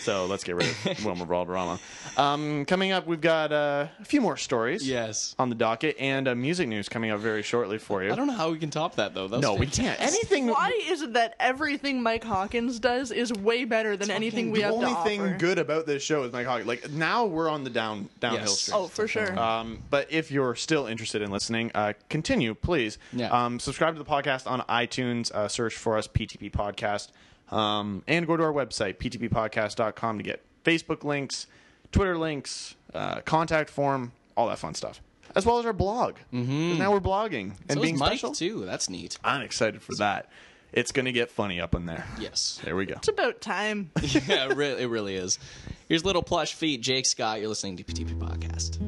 So let's get rid of Wilmer Valderrama. Um, coming up, we've got uh, a few more stories.
Yes.
on the docket and uh, music news coming up very shortly for you.
I don't know how we can top that though. That was
no, we can't.
fantastic.
Anything.
Why is it that everything Mike Hawkins does is way better than anything we
the
have to
only
offer?
thing good about this show is Mike Hawk. Like now we're on the down downhill
Yes.
street.
Oh, for sure.
Um, but if you're still interested in listening, uh, continue, please.
Yeah.
Um, subscribe to the podcast on iTunes. Uh, search for us, PTP Podcast. Um, and go to our website, ptppodcast.com, to get Facebook links, Twitter links, uh, contact form, all that fun stuff. As well as our blog. Mm-hmm. Now we're blogging and
So is
being
Mike
special.
too. That's neat.
I'm excited for that. It's going to get funny up in there.
Yes.
There we go.
It's about time.
yeah, it really, it really is. Here's little plush feet, Jake Scott. You're listening to PTP podcast.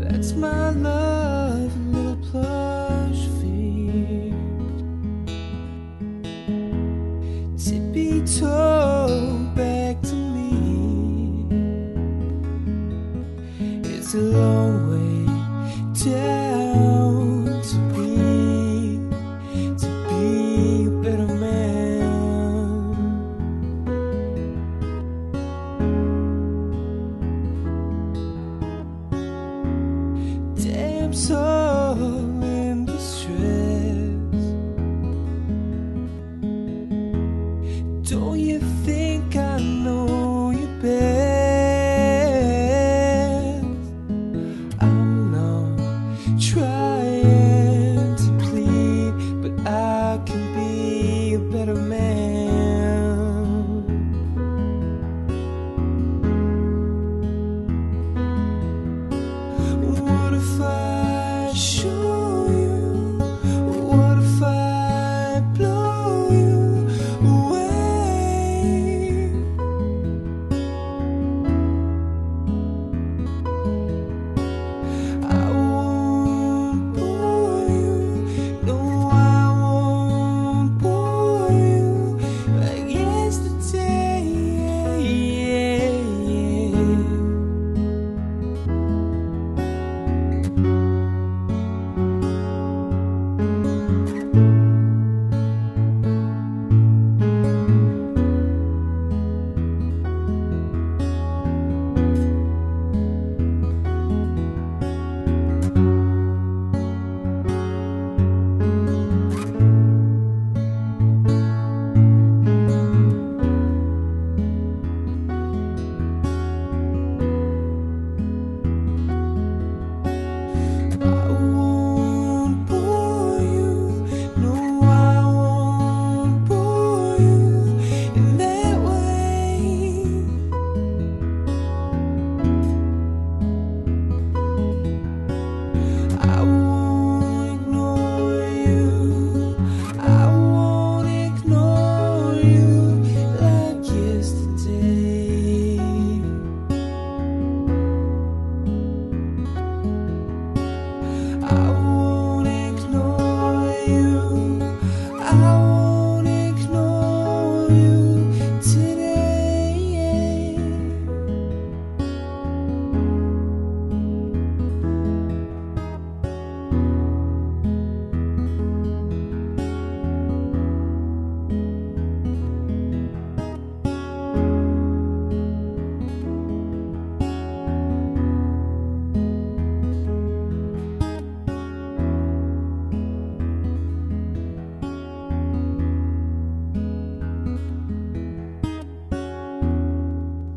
That's my love, little plush feet. Tippy toe back to me. It's a long way down to be, to be a better man. damsel in distress. Don't you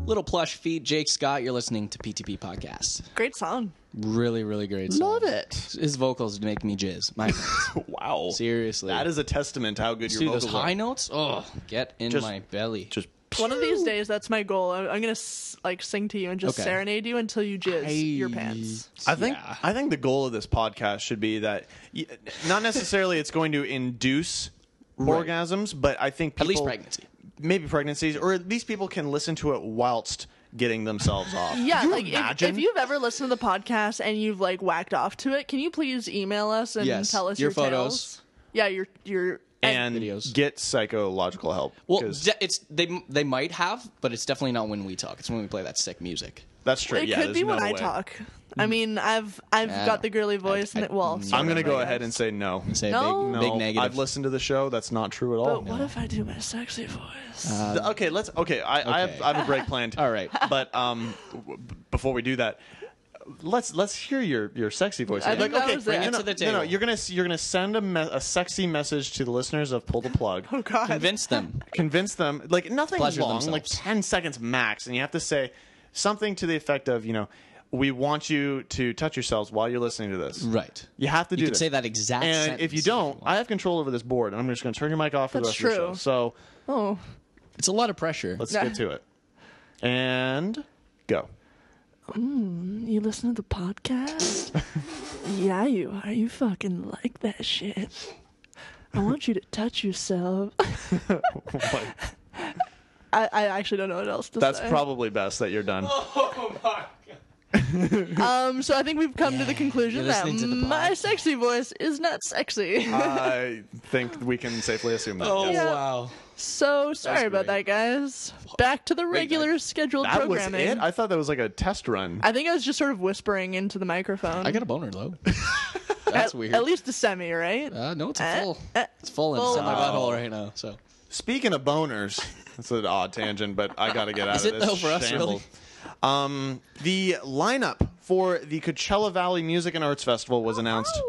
Little plush feet, Jake Scott. You're listening to PTP podcast.
Great song.
Really, really great. Song.
Love it.
His vocals make me jizz. My wow, seriously,
That is a testament to how good
Just
your
do those
vocals
high
are.
notes. Oh, get in
Just-
my belly.
Just
One of these days, that's my goal. I'm, I'm gonna s- like sing to you and just
Okay.
serenade you until you jizz your pants.
I think I think the goal of this podcast should be that y- not necessarily it's going to induce orgasms, but I think people,
At least pregnancy.
maybe pregnancies, or at least people can listen to it whilst getting themselves off.
Yeah,
Can you
like if,
imagine?
if you've ever listened to the podcast and you've like whacked off to it, can you please email us and
Yes,
tell us
your
your,
photos.
Tales? Yeah, your your
and get psychological help.
Well, de- it's they they might have, but it's definitely not when we talk. It's when we play that sick music.
That's true.
it could be when I talk.
Mm.
I mean, I've I've
Yeah, I
got the girly voice. and it, well, sort
I'm
of,
going to
I
go
guess.
ahead and say no.
Say
a big- No?
no.
big negative.
I've listened to the show. That's not true at all.
But what if I do my sexy voice?
Uh,
The- okay, let's. Okay, I, I, have, I have a break planned. All right, but um, w- b- before we do that, let's let's hear your your sexy voice.
I
Like,
think that
okay,
was Bring it. it
no,
to
no,
the
no, no,
table.
you're gonna s- you're gonna send a, me- a sexy message to the listeners of Pull the Plug.
Oh God!
Convince them.
Convince them. Like nothing
Pleasure
long, like ten seconds max, and you have to say something to the effect of, you know, we want you to touch yourselves while you're listening to this.
Right.
You have to
You
do
could
this.
say that exact
And if
sentence
you
if you
don't, I have control over this board, and I'm just gonna turn your mic off for
That's
the rest of the
true.
show. So
Oh,
it's a lot of pressure.
Let's
Yeah.
get to it. And go.
mm, you listen to the podcast? yeah, you are. You fucking like that shit. I want you to touch yourself. I, I actually don't know what else to
That's
say.
probably best that you're done.
um, so I think we've come to the conclusion
you're
that
listening to the Uh,
my sexy voice is not sexy.
I think we can safely assume that.
Oh,
yes.
Yeah. So
That's
sorry about that, guys. Back to the regular scheduled
That was
programming.
it? I thought that was like a test run.
I think I was just sort of whispering into the microphone.
I got a boner low. That's
at,
weird.
At least a semi, right?
Uh, no, it's a
Eh?
full. It's full
full.
inside my
Wow.
butthole right now. So
Speaking of boners, that's an odd tangent, but I got to get out
Is
of
it
this.
though for us,
shamble.
really?
Um, the lineup for the Coachella Valley Music and Arts Festival was announced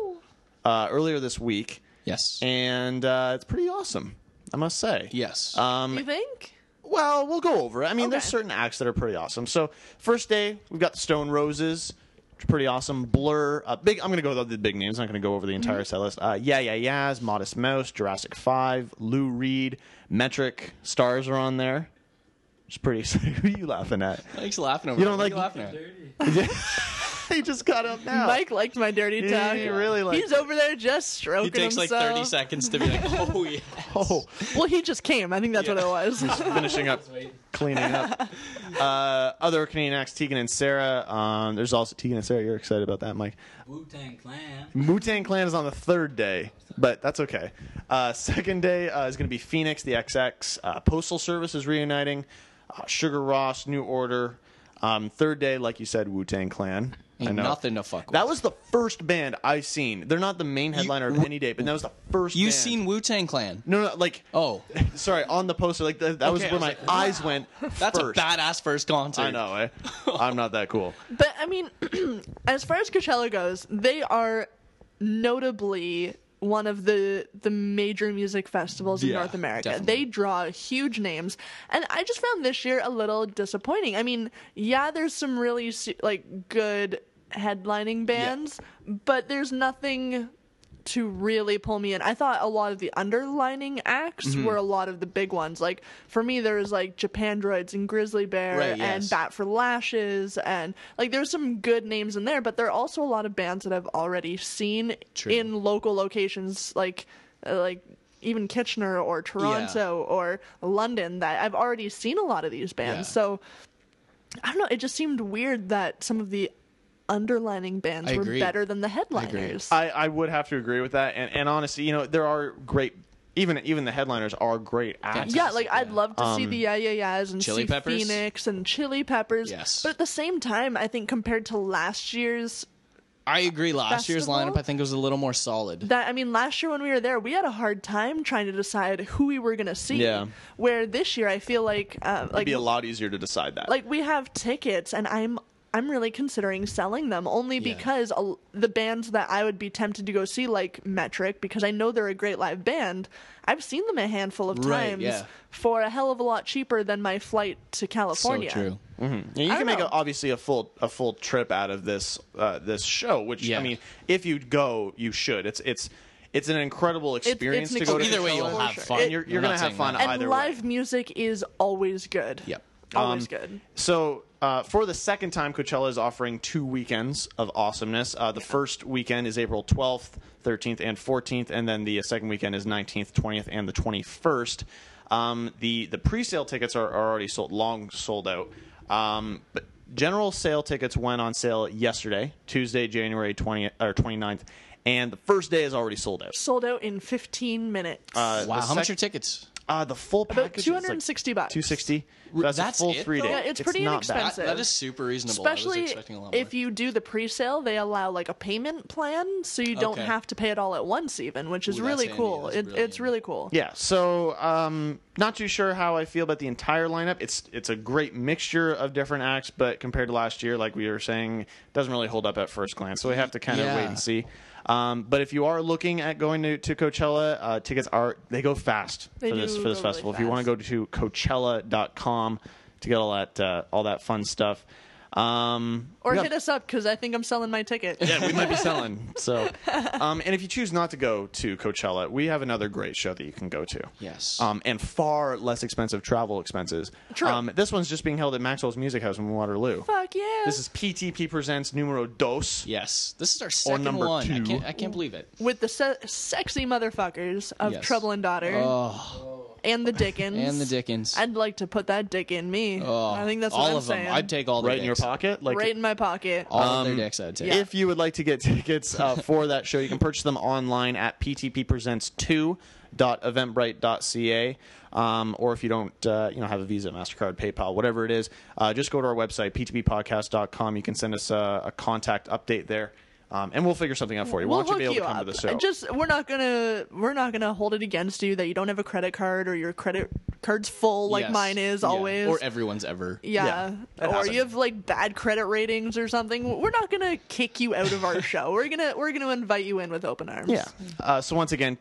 uh, earlier this week.
Yes,
and uh, it's pretty awesome, I must say.
Yes.
Um,
You think?
Well, we'll go over it. I mean, there's certain acts that are pretty awesome. So, first day, we've got the Stone Roses, which are pretty awesome. Blur, uh, big. I'm going to go with the big names. I'm not going to go over the entire
Mm-hmm.
set list. Uh, yeah, yeah, yeahs, Modest Mouse, Jurassic Five, Lou Reed, Metric, Stars are on there. It's pretty. Who are you laughing at?
Mike's laughing over.
You
there.
don't
What are
like-
you laughing at?
he just got up now.
Mike liked my dirty
He
talk.
really liked
He's over there just stroking
He takes like
himself.
30 seconds to be like, oh yeah.
Oh,
Well, he just came. I think that's what it was.
He's finishing up, cleaning up. Uh, other Canadian acts, Tegan and Sarah. Um, there's also Tegan and Sarah. You're excited about that, Mike.
Wu Tang Clan.
Wu Tang Clan is on the third day, but that's okay. Uh, second day uh, is going to be Phoenix, the XX, uh, Postal Service is reuniting, uh, Sugar Ross, New Order. Um, third day, like you said, Wu Tang Clan. I
Ain't
know.
nothing to fuck with.
That was the first band I've seen. They're not the main headliner of any day, but that was the first.
You
band.
seen Wu Tang Clan?
No, no, like
oh,
sorry, on the poster, like th- that was
Okay,
where
I was
my
like,
eyes went.
That's
first.
a badass first concert.
I know. Eh? I'm not that cool.
But I mean, as far as Coachella goes, they are notably one of the the major music festivals in
Yeah,
North America.
definitely.
They draw huge names, and I just found this year a little disappointing. I mean, yeah, there's some really se- like good headlining bands, but there's nothing to really pull me in. I thought a lot of the underlining acts
Mhm.
were a lot of the big ones. Like for me there was like Japan Droids and Grizzly Bear
Right, yes.
and Bat for Lashes and like there's some good names in there, but there are also a lot of bands that I've already seen
True.
in local locations like uh, like even Kitchener or Toronto or London that I've already seen a lot of these bands.
Yeah.
So I don't know, it just seemed weird that some of the underlining bands
I
were
agree.
better than the headliners.
I, I would have to agree with that. And, and honestly, you know, there are great, even even the headliners are great acts.
Yeah, like I'd love to see
Um,
the Yeah Yeah Yeahs and
Chili
see
Peppers?
Phoenix and Chili Peppers.
Yes.
But at the same time, I think compared to last year's,
I agree. Last year's
Festival?
lineup, I think, was a little more solid.
that I mean, last year when we were there, we had a hard time trying to decide who we were gonna see.
Yeah.
Where this year, I feel like, uh,
It'd
like
be a lot easier to decide that.
like we have tickets and i'm I'm really considering selling them only because a l the bands that I would be tempted to go see, like Metric, because I know they're a great live band. I've seen them a handful of
Right,
times
yeah.
for a hell of a lot cheaper than my flight to California.
Mhm. Yeah, you
I
can
don't
make
know.
a, obviously a full a full trip out of this uh, this show, which I mean, if you go, you should. It's it's it's an incredible
an
experience to go to.
Either way, you'll
Coachella.
have fun.
And you're you're
I'm not
gonna have
saying
fun
that.
either
and
way.
live music is always good.
Yep.
Always
Um,
good.
So, uh, for the second time, Coachella is offering two weekends of awesomeness. Uh, the first weekend is April 12th, 13th, and 14th, and then the second weekend is 19th, 20th, and the 21st. Um, the the pre sale tickets are, are already sold, long sold out. Um, but general sale tickets went on sale yesterday, Tuesday, January 20th, or 29th, and the first day is already sold out.
Sold out in 15 minutes.
Uh,
Wow,
the
how much
sec-
are tickets?
Uh, the full
About
package is like
260 bucks.
260 So That's,
That's
a full
it,
three
though?
day.
Yeah,
it's pretty
not bad.
inexpensive.
That is super reasonable. I was
Especially
expecting a lot more.
if you do the pre-sale, they allow like a payment plan, so you don't
Okay.
have to pay it all at once, even, which is
Ooh, that's
really
handy.
cool.
That's
It,
really
it's really cool.
Yeah, so um, not too sure how I feel about the entire lineup. It's it's a great mixture of different acts, but compared to last year, like we were saying, doesn't really hold up at first glance. So we have to kind of
Yeah.
wait and see. Um, but if you are looking at going to, to Coachella, uh, tickets are they go fast
They
for this
do
for this
go really
festival. if you want to go to Coachella.com to get all that uh, all that fun stuff. Um,
Or
we got-
hit us up because I think I'm selling my ticket.
yeah, we might be selling. So, um, and if you choose not to go to Coachella, we have another great show that you can go to.
Yes.
Um, and far less expensive travel expenses.
True.
Um, this one's just being held at Maxwell's Music House in Waterloo.
Fuck yeah.
This is PTP presents Numero Dos.
yes, this is our second
number
one. I
two.
can't, I can't believe it.
With the se- sexy motherfuckers of
Yes. Oh.
Trouble and Daughter and the Dickens.
And the Dickens. Oh.
I'd like to put that dick in me. I think that's what
all
I'm
of
saying.
them. I'd take all the
Right in your
dicks.
pocket, like Um,
right in my pocket.
All of their dicks, I'd take.
If you would like to get tickets uh, for that show, you can purchase them online at ptppresents2.eventbrite.ca. Um, or if you don't, uh, you know, have a Visa, Mastercard, PayPal, whatever it is, uh, just go to our website ptppodcast.com. You can send us a, a contact update there, um, and we'll figure something out for you.
we'll
want you
hook
be able
you
to come
up.
to the show?
Just we're not gonna we're not gonna hold it against you that you don't have a credit card or your credit card's full like
Yes.
mine is
Yeah.
always.
Or everyone's ever.
Yeah,
yeah.
that
or
happens.
you have like bad credit ratings or something. We're not gonna kick you out of our show. We're gonna we're gonna invite you in with open arms.
Yeah. Uh, so once again,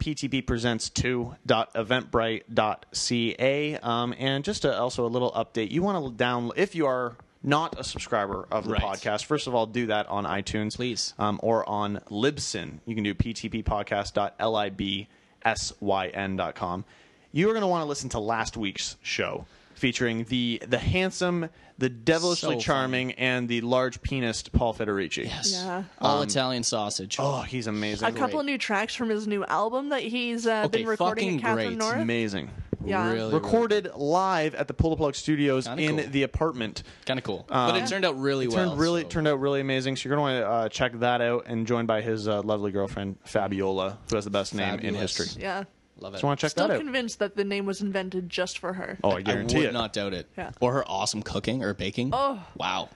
ptbpresents2.eventbrite.ca. Um, and just a, also a little update. You want to download, if you are not a subscriber of the
Right.
podcast, first of all, do that on iTunes.
Please.
Um, or on Libsyn. You can do ptppodcast.libsyn.com. You are going to want to listen to last week's show featuring the the handsome, the devilishly
funny.
charming, and the large penised Paul Federici. Um,
Yes.
Yeah.
All Italian sausage.
Oh, he's amazing.
A couple of new tracks from his new album that he's uh,
Okay,
been recording
fucking
at Catherine
great.
North.
Amazing.
yeah.
Really, really
recorded live at the Pull the Plug Studios
Kinda
in
cool.
the apartment. Um,
Kind of cool. but it turned out really well.
turned really
so-
turned out really amazing. So you're going to want to uh, check that out and joined by his uh, lovely girlfriend Fabiola, who has the best name in
Fabulous.
history.
Yeah.
Love it.
So want to check
Still
that out?
convinced that the name was invented just for her.
oh, I
I
guarantee
would
it.
not doubt it.
Yeah.
Or her awesome cooking or baking.
Oh.
Wow.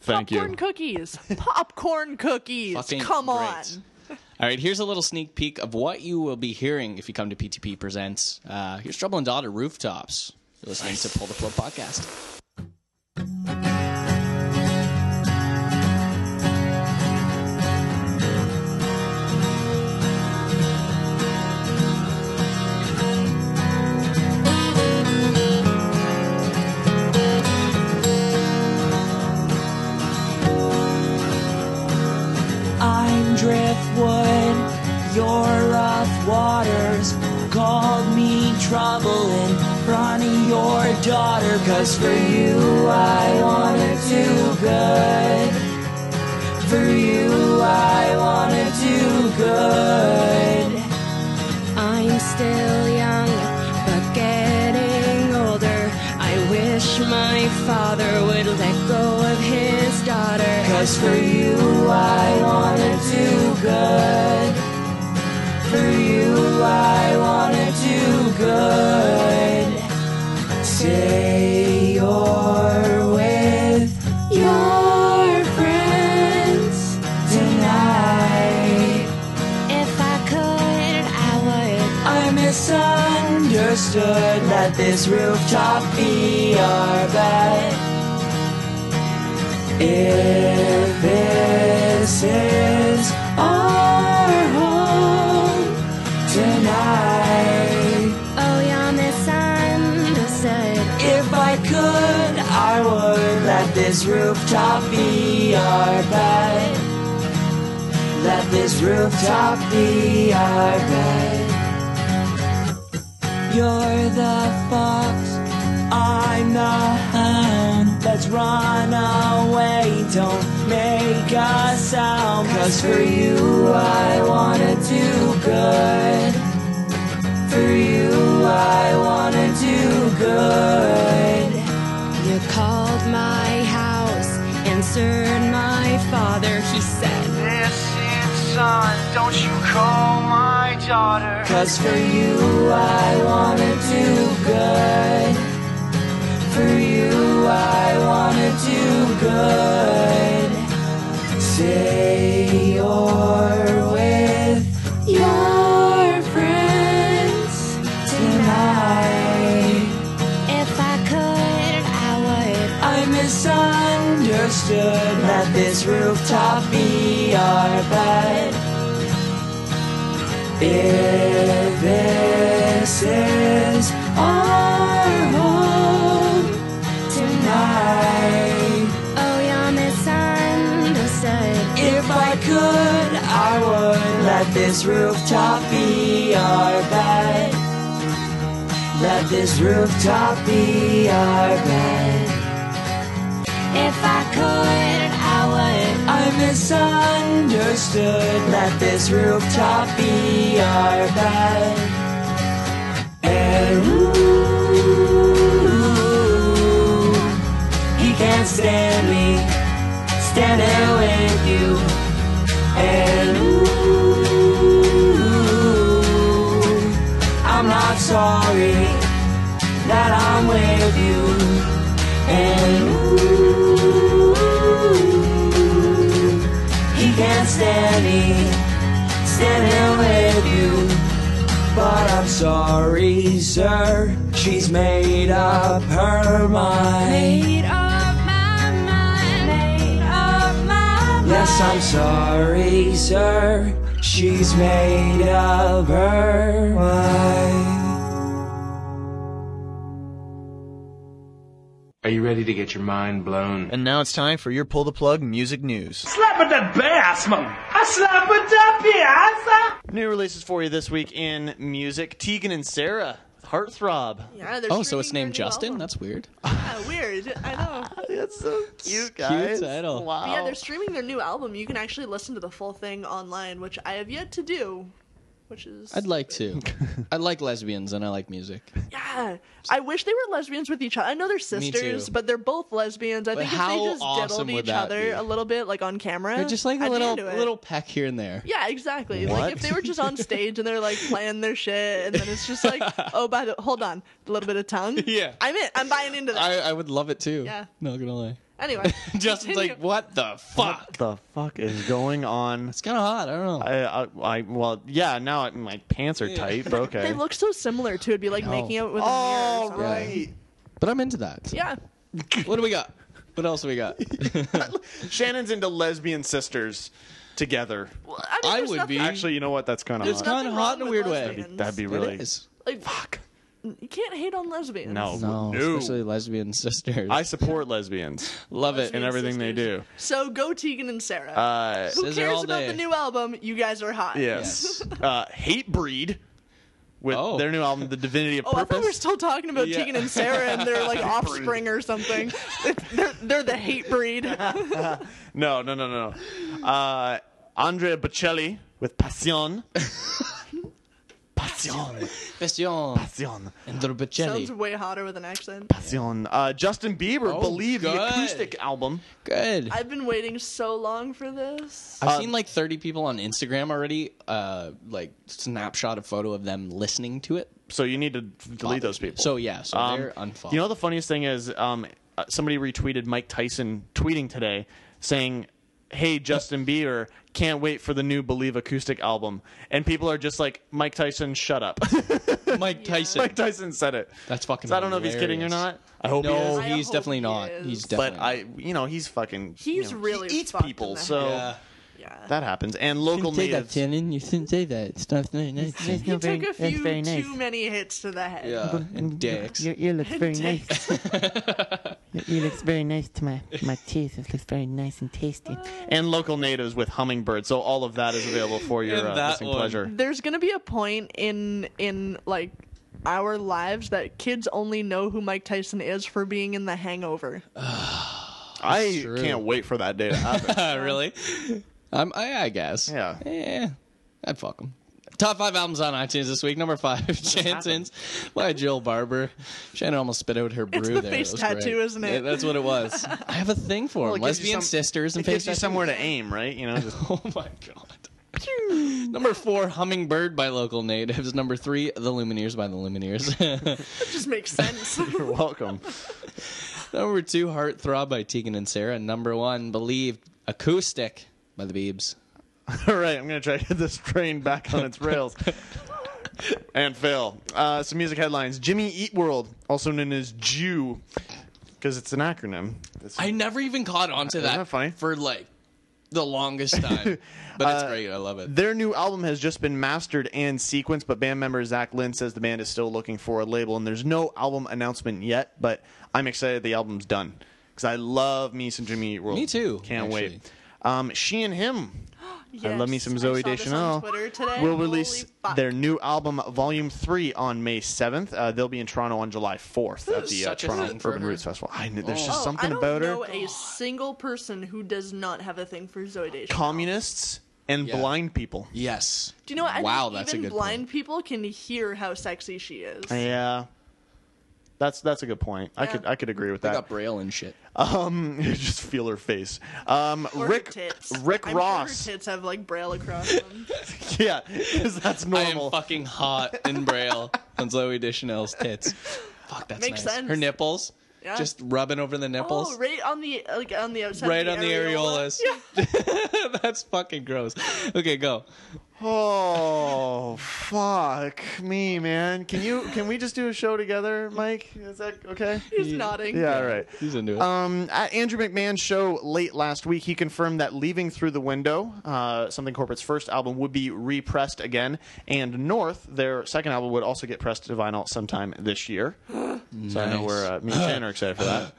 Thank
Popcorn
you.
cookies. Popcorn cookies.
Fucking
Come
great.
on.
All right, here's a little sneak peek of what you will be hearing if you come to PTP Presents. Uh, here's Trouble and Daughter Rooftops. You're listening to Pull the Plug Podcast.
I'm driftwood, your rough waters. Called me trouble in front of your daughter, cause for you I wanna do good. For you I wanna do good.
I'm still young, but getting older. I wish my father would let go of his daughter.
Cause for you I wanna do good. For you I wanna do good. Say you're with your friends tonight.
If I could, I
I misunderstood. Let this rooftop be our bed. If this is our home tonight,
Oh, you're misunderstood.
if I could, I would let this rooftop be our bed. Let this rooftop be our bed. You're the fox, I'm the hound. Let's run away, don't make a sound. Cause for you, I wanna do good. For you, I wanna do good.
You called my house, answered my father. He said,
Listen, son, don't you call my daughter. Cause for you I wanna do good. For you I wanna do good. Say you're with your friends tonight.
If I could, I would.
I misunderstood. Let this rooftop be our bed. If this is our home tonight,
Oh, you're misunderstood.
if I could, I would let this rooftop be our bed. Let this rooftop be our bed.
If I could, I would.
I misunderstood. Let this rooftop be our bed. And ooh, he can't stand me standing with you. And ooh, I'm not sorry that I'm with you. And ooh, he can't stand me standing with you. But I'm sorry, sir. She's made up her mind.
Made up my mind. Made up my mind.
Yes, I'm sorry, sir. She's made of her mind.
Are you ready to get your mind blown?
And now it's time for your pull the plug music news.
Slapping that bass, man. I slap it up here. I
New releases for you this week in music: Tegan and Sarah, Heartthrob.
Yeah, they're
Oh, so it's
streaming
named
their new
Justin?
album.
That's weird.
Yeah, weird. I know.
That's so cute,
guys. title.
But yeah, they're streaming their new album. You can actually listen to the full thing online, which I have yet to do. Which is
I'd like to. I like lesbians and I like music.
yeah. I wish they were lesbians with each other. I know they're sisters,
too.
but they're both lesbians. I
But
think if
how
they just
awesome would
diddled each
that
other
be?
a little bit, like on camera,
They're just like a
I'd be
little
into it.
little peck here and there.
Yeah, exactly.
What?
Like if they were just on stage and they're like playing their shit, and then it's just like, oh, by the hold on, a little bit of tongue.
Yeah.
I'm in. I'm buying into that.
I, I would love it too.
Yeah.
Not gonna lie.
Anyway,
Justin's
continue.
like, what the fuck?
What the fuck is going on? It's
kind of hot. I don't know.
I, I, well, yeah. Now I- my pants are tight, but okay.
They look so similar too. It'd be like
know.
making out with a mirror. or something.
But I'm into that.
Yeah.
What do we got? What else we got?
Shannon's into lesbian sisters together.
I, mean, there's nothing-
Actually, you know what? That's kind of
It's
hot.
kind of hot in a weird way.
That'd be- that'd be really.
It is.
Like, fuck. You can't hate on lesbians.
No,
No,
no.
especially lesbian sisters.
I support lesbians.
Love it.
and everything they do.
So go Tegan and Sarah.
Uh,
Who cares about the new album? You guys are hot.
Yes. uh, Hate Breed with their new album, The Divinity of
Oh, I
Purpose.
thought we were still talking about
Yeah.
Tegan and Sarah and their like offspring or something. they're, they're the hate breed.
no, no, no, no, no. Uh, Andrea Bocelli with Passion. Passion.
Passion.
Passion.
Andrea
Sounds way hotter with an accent.
Passion. Uh, Justin Bieber,
Oh,
Believe, the
good.
acoustic album.
Good.
I've been waiting so long for this.
Um,
I've seen like 30 people on Instagram already, uh, like snapshot a photo of them listening to it.
So you need to delete those people.
Uh, So yeah, so
Um,
they're unfollowed.
You know, the funniest thing is um, uh, somebody retweeted Mike Tyson tweeting today saying, Hey, Justin Bieber, can't wait for the new Believe acoustic album. And people are just like, Mike Tyson, shut up.
Mike Tyson.
Mike Tyson said it.
That's fucking.
So I don't know if he's kidding or
hilarious.
not. I hope
no,
he is.
he's definitely not. He's definitely.
But I, you know, he's fucking.
He's
you know,
really
he eats
fucked in
people,
the
so
head.
that happens. And local natives.
Tannen. You shouldn't say that. It's not very nice.
He took a few too many hits to the head.
Yeah, and dicks.
Your ear looks very
Dick.
nice. Your ear looks very nice to my, my teeth. It looks very nice and tasty.
and local natives with hummingbirds. So all of that is available for your
And
uh,
that
listening
one.
pleasure.
There's gonna be a point in in like our lives that kids only know who Mike Tyson is for being in The Hangover.
I
true.
can't wait for that day to happen.
really? I'm, I, I guess. Yeah. Yeah. I'd fuck them. Top five albums on iTunes this week. Number five, Chansons by Jill Barber. Shannon almost spit out her brew
the
there.
face
It was great.
tattoo, isn't it?
Yeah, that's what it was. I have a thing for 'em.
Well, it gives you
Lesbian
some-
sisters and
it
face
gives you
tattoos.
somewhere to aim, right? You know, just
oh my god. Number four, Hummingbird by Local Natives. Number three, The Lumineers by The Lumineers.
That just makes sense.
You're welcome.
Number two, Heartthrob by Tegan and Sarah. Number one, Believe Acoustic by the Beebs.
All right, I'm going to try to get this train back on its rails. and fail. Uh, some music headlines. Jimmy Eat World, also known as Jew, because it's an acronym. That's-
I never even caught on to
Isn't
that,
that funny?
for like the longest time. but it's great. I love it.
Uh, Their new album has just been mastered and sequenced, but band member Zach Lynn says the band is still looking for a label, and there's no album announcement yet. But I'm excited the album's done because I love me some Jimmy Eat World.
Me too,
Can't
actually.
wait. Um, she and him. I love me some
Yes, I saw
Zoe
this on
Deschanel.
Twitter today.
Will
Holy
release
fuck.
their new album, Volume Three, on May 7th. Uh, they'll be in Toronto on July 4th at
This
the
is
uh,
such a
Toronto
thing for
Urban
her.
Roots Festival. I kn- there's just
Oh,
something
I don't
about her.
know a single person who does not have a thing for Zoe Deschanel.
Communists and blind people.
Yes.
Do you know? I
Wow,
think
that's a
even
good
blind people can hear how sexy she is.
Yeah. That's that's a good point. I
Yeah.
could I could agree with
They
that.
got braille and shit.
Um, just feel her face. Um,
Or her
Rick
tits.
Rick
I'm
Ross.
Sure her tits have like braille across them.
yeah, 'cause that's normal.
I am fucking hot in braille on Zoe Deschanel's tits. Fuck, that's
Makes
nice.
sense.
Her nipples,
Yeah.
just rubbing over the nipples.
Oh, right on the like on the outside. of
Right on the areolas. That's fucking gross. Okay, go.
Oh fuck me, man! Can you can we just do a show together, Mike? Is that okay?
He's nodding.
Yeah, all right.
He's into it.
Um, at Andrew McMahon's show late last week, he confirmed that "Leaving Through the Window," uh, Something Corporate's first album, would be repressed again, and "North," their second album, would also get pressed to vinyl sometime this year. So I know
Nice.
we're uh, me and Shannon are excited for that.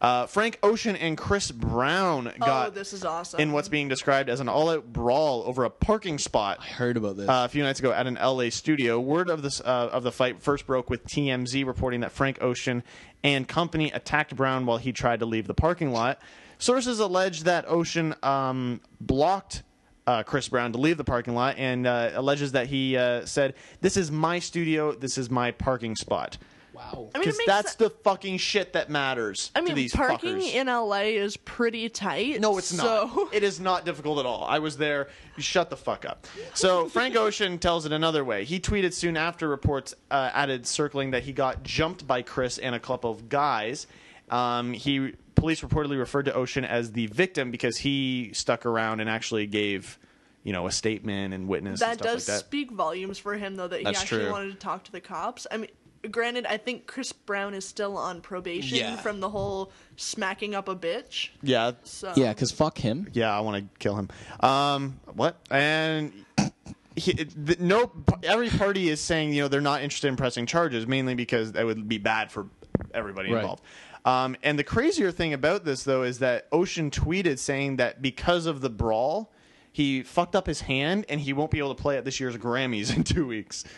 Uh, Frank Ocean and Chris Brown got
Oh, this is awesome.
in what's being described as an all-out brawl over a parking spot. I
heard about this
uh, a few nights ago at an LA studio. Word of this uh, of the fight first broke with TMZ reporting that Frank Ocean and company attacked Brown while he tried to leave the parking lot. Sources allege that Ocean um, blocked. Uh, Chris Brown to leave the parking lot and uh, alleges that he uh, said, "This is my studio. This is my parking spot." Wow,
I mean, it
because
makes
that's the fucking shit that matters
I
to
mean,
these
parking
fuckers.
in LA is pretty tight.
No, it's
So
not. It is not difficult at all. I was there. You shut the fuck up. So Frank Ocean tells it another way. He tweeted soon after reports uh, added circling that he got jumped by Chris and a couple of guys. Um, he police reportedly referred to Ocean as the victim because he stuck around and actually gave, you know, a statement and witness. and
that
stuff
does
like that.
speak volumes for him, though, that
That's
he actually
true.
wanted to talk to the cops. I mean, granted, I think Chris Brown is still on probation
Yeah.
from the whole smacking up a bitch.
Yeah.
So-
Yeah, because fuck him.
Yeah, I want to kill him. Um, what? And he, the, no, every party is saying you know they're not interested in pressing charges, mainly because that would be bad for everybody
Right.
involved. Um, and the crazier thing about this though is that Ocean tweeted saying that because of the brawl, he fucked up his hand and he won't be able to play at this year's Grammys in two weeks.
Oh.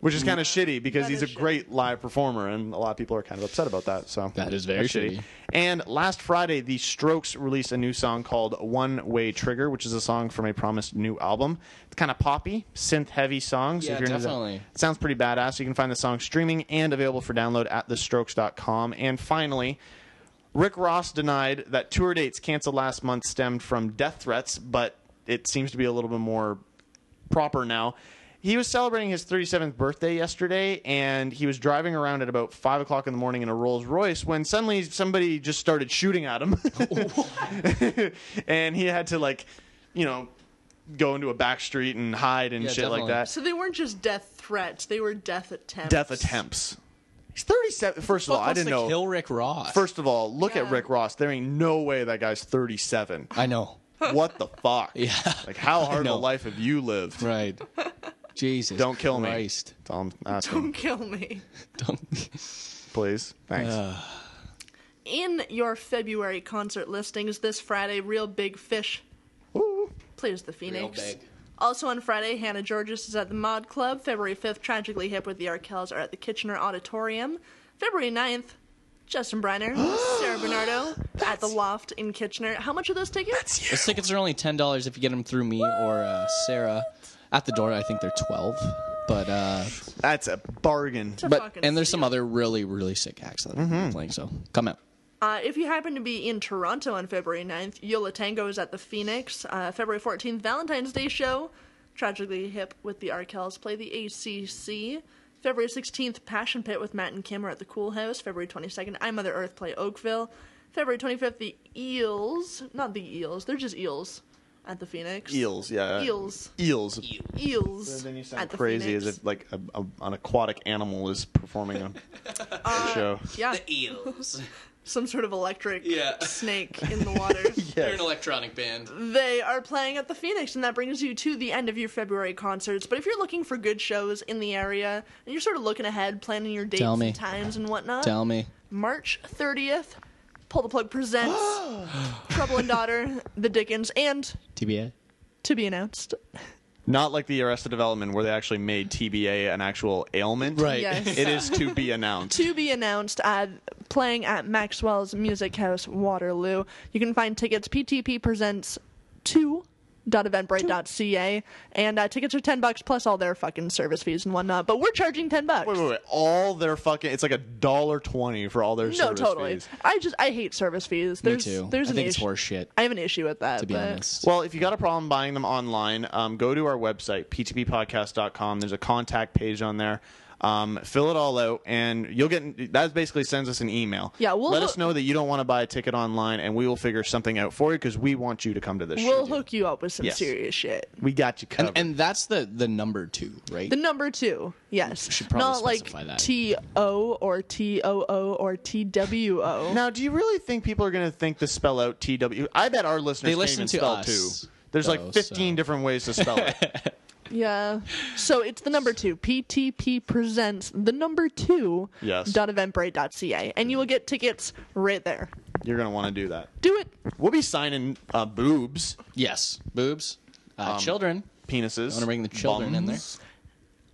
Which is kind of shitty because he's a great live performer, and a lot of people are kind of upset about that. So
That is very
that's
shitty.
And last Friday, the Strokes released a new song called "One Way Trigger," which is a song from a promised new album. It's kind of poppy, synth-heavy song. So
Yeah,
if you're into that-
definitely.
it sounds pretty badass. You can find the song streaming and available for download at thestrokes.com. And finally, Rick Ross denied that tour dates canceled last month stemmed from death threats, but it seems to be a little bit more proper now. He was celebrating his 37th birthday yesterday, and he was driving around at about 5 o'clock in the morning in a Rolls Royce when suddenly somebody just started shooting at him. and he had to, like, you know, go into a back street and hide and
Yeah,
shit like
definitely.
that.
So they weren't just death threats; they were death attempts.
Death attempts. He's 37. First of all, I didn't know.
Kill Rick Ross.
First of all, look at Rick Ross. There ain't no way that guy's 37.
I know.
What the fuck? Yeah. Like, how hard
know.
a life have you lived?
Right. Jesus.
Don't kill
Christ.
me. That's all I'm asking.
Don't kill me.
Please. Thanks.
Uh,
In your February concert listings this Friday, Real Big Fish plays the Phoenix.
Real big.
Also on Friday, Hannah Georges is at the Mod Club. February 5th, Tragically Hip with the Arkells are at the Kitchener Auditorium. February 9th, Justin Briner, Sarah Bernardo at the Loft in Kitchener. How much are those tickets?
Those tickets are only ten dollars if you get them through me or uh, Sarah. At the door, I think they're twelve. But uh,
that's a bargain. Mm-hmm.
a
but
fucking
and there's some other really really sick acts that are playing. So come out.
Uh, if you happen to be in Toronto on February 9th, Yola Tango is at the Phoenix. Uh, February 14th, Valentine's Day show. Tragically Hip with the Arkells play the ACC. February 16th, Passion Pit with Matt and Kim are at the Cool House. February 22nd, I Mother Earth play Oakville. February 25th, the Eels. Not the Eels, they're just Eels at the Phoenix.
Eels, yeah.
Eels.
Eels.
Eels.
Then you
at
sound
the
crazy
Phoenix.
as if like a, a, an aquatic animal is performing a, a show.
Yeah. The Eels. Some sort of electric
Yeah.
snake in the water.
They're an electronic band.
They are playing at the Phoenix, and that brings you to the end of your February concerts. But if you're looking for good shows in the area, and you're sort of looking ahead, planning your dates
Tell me.
and times and whatnot,
Tell me.
March 30th, Pull the Plug presents Trouble and Daughter, The Dickens, and
TBA.
to be announced.
Not like the Arrested Development where they actually made TBA an actual ailment.
Right. Yes.
It is to be announced.
To be announced at playing at Maxwell's Music House Waterloo. You can find tickets PTP presents 2 dot eventbrite.ca and uh, tickets are 10 bucks plus all their fucking service fees and whatnot but we're charging 10 bucks
Wait, wait, wait. All their fucking it's like a dollar twenty for all their
no
service
totally
fees.
i just i hate service fees there's
too.
there's
I
an
think it's
issue
horseshit,
i have an issue with that but
Well, if you got a problem buying them online, um, go to our website, ptppodcast.com. There's a contact page on there. Um, fill it all out, and you'll get that basically sends us an email.
Yeah, we'll
let
ho-
us know that you don't want to buy a ticket online, and we will figure something out for you because we want you to come to this show.
we'll hook you up with some
Yes.
serious shit
We got you covered.
And, and that's the the number two, right?
the number two yes
should probably
not like
specify that.
t-o or t-o-o or t-w-o
Now, do you really think people are going to think to spell out TW? I bet our listeners
They
can't
listen
even
to
spell
us,
too. There's
though,
like 15 different ways to spell it.
yeah so it's the number two ptp presents the number two
Yes.
dot eventbrite.ca and you will get tickets right there
You're going to want to do that.
do it.
We'll be signing uh, boobs.
Yes, boobs. Uh,
Um,
children.
Penises.
I want to bring the children in there.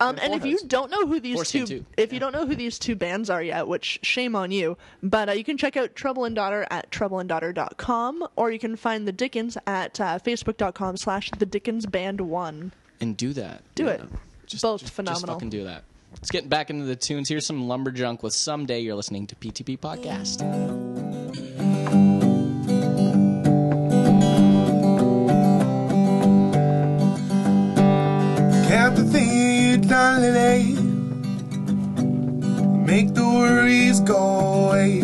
Um, and if you don't know who these
Force
two,
him to.
if you don't know who these two bands are yet, which shame on you, but uh, you can check out Trouble and Daughter at troubleanddaughter.com, or you can find the Dickens at uh, facebook.com slash the Dickens Band One.
And do that.
Do
Yeah.
it. Both
Just
phenomenal.
fucking do that. Let's get back into the tunes. Here's some lumberjunk with someday you're listening to PTP podcast.
Count the things you've done today. Make the worries go away.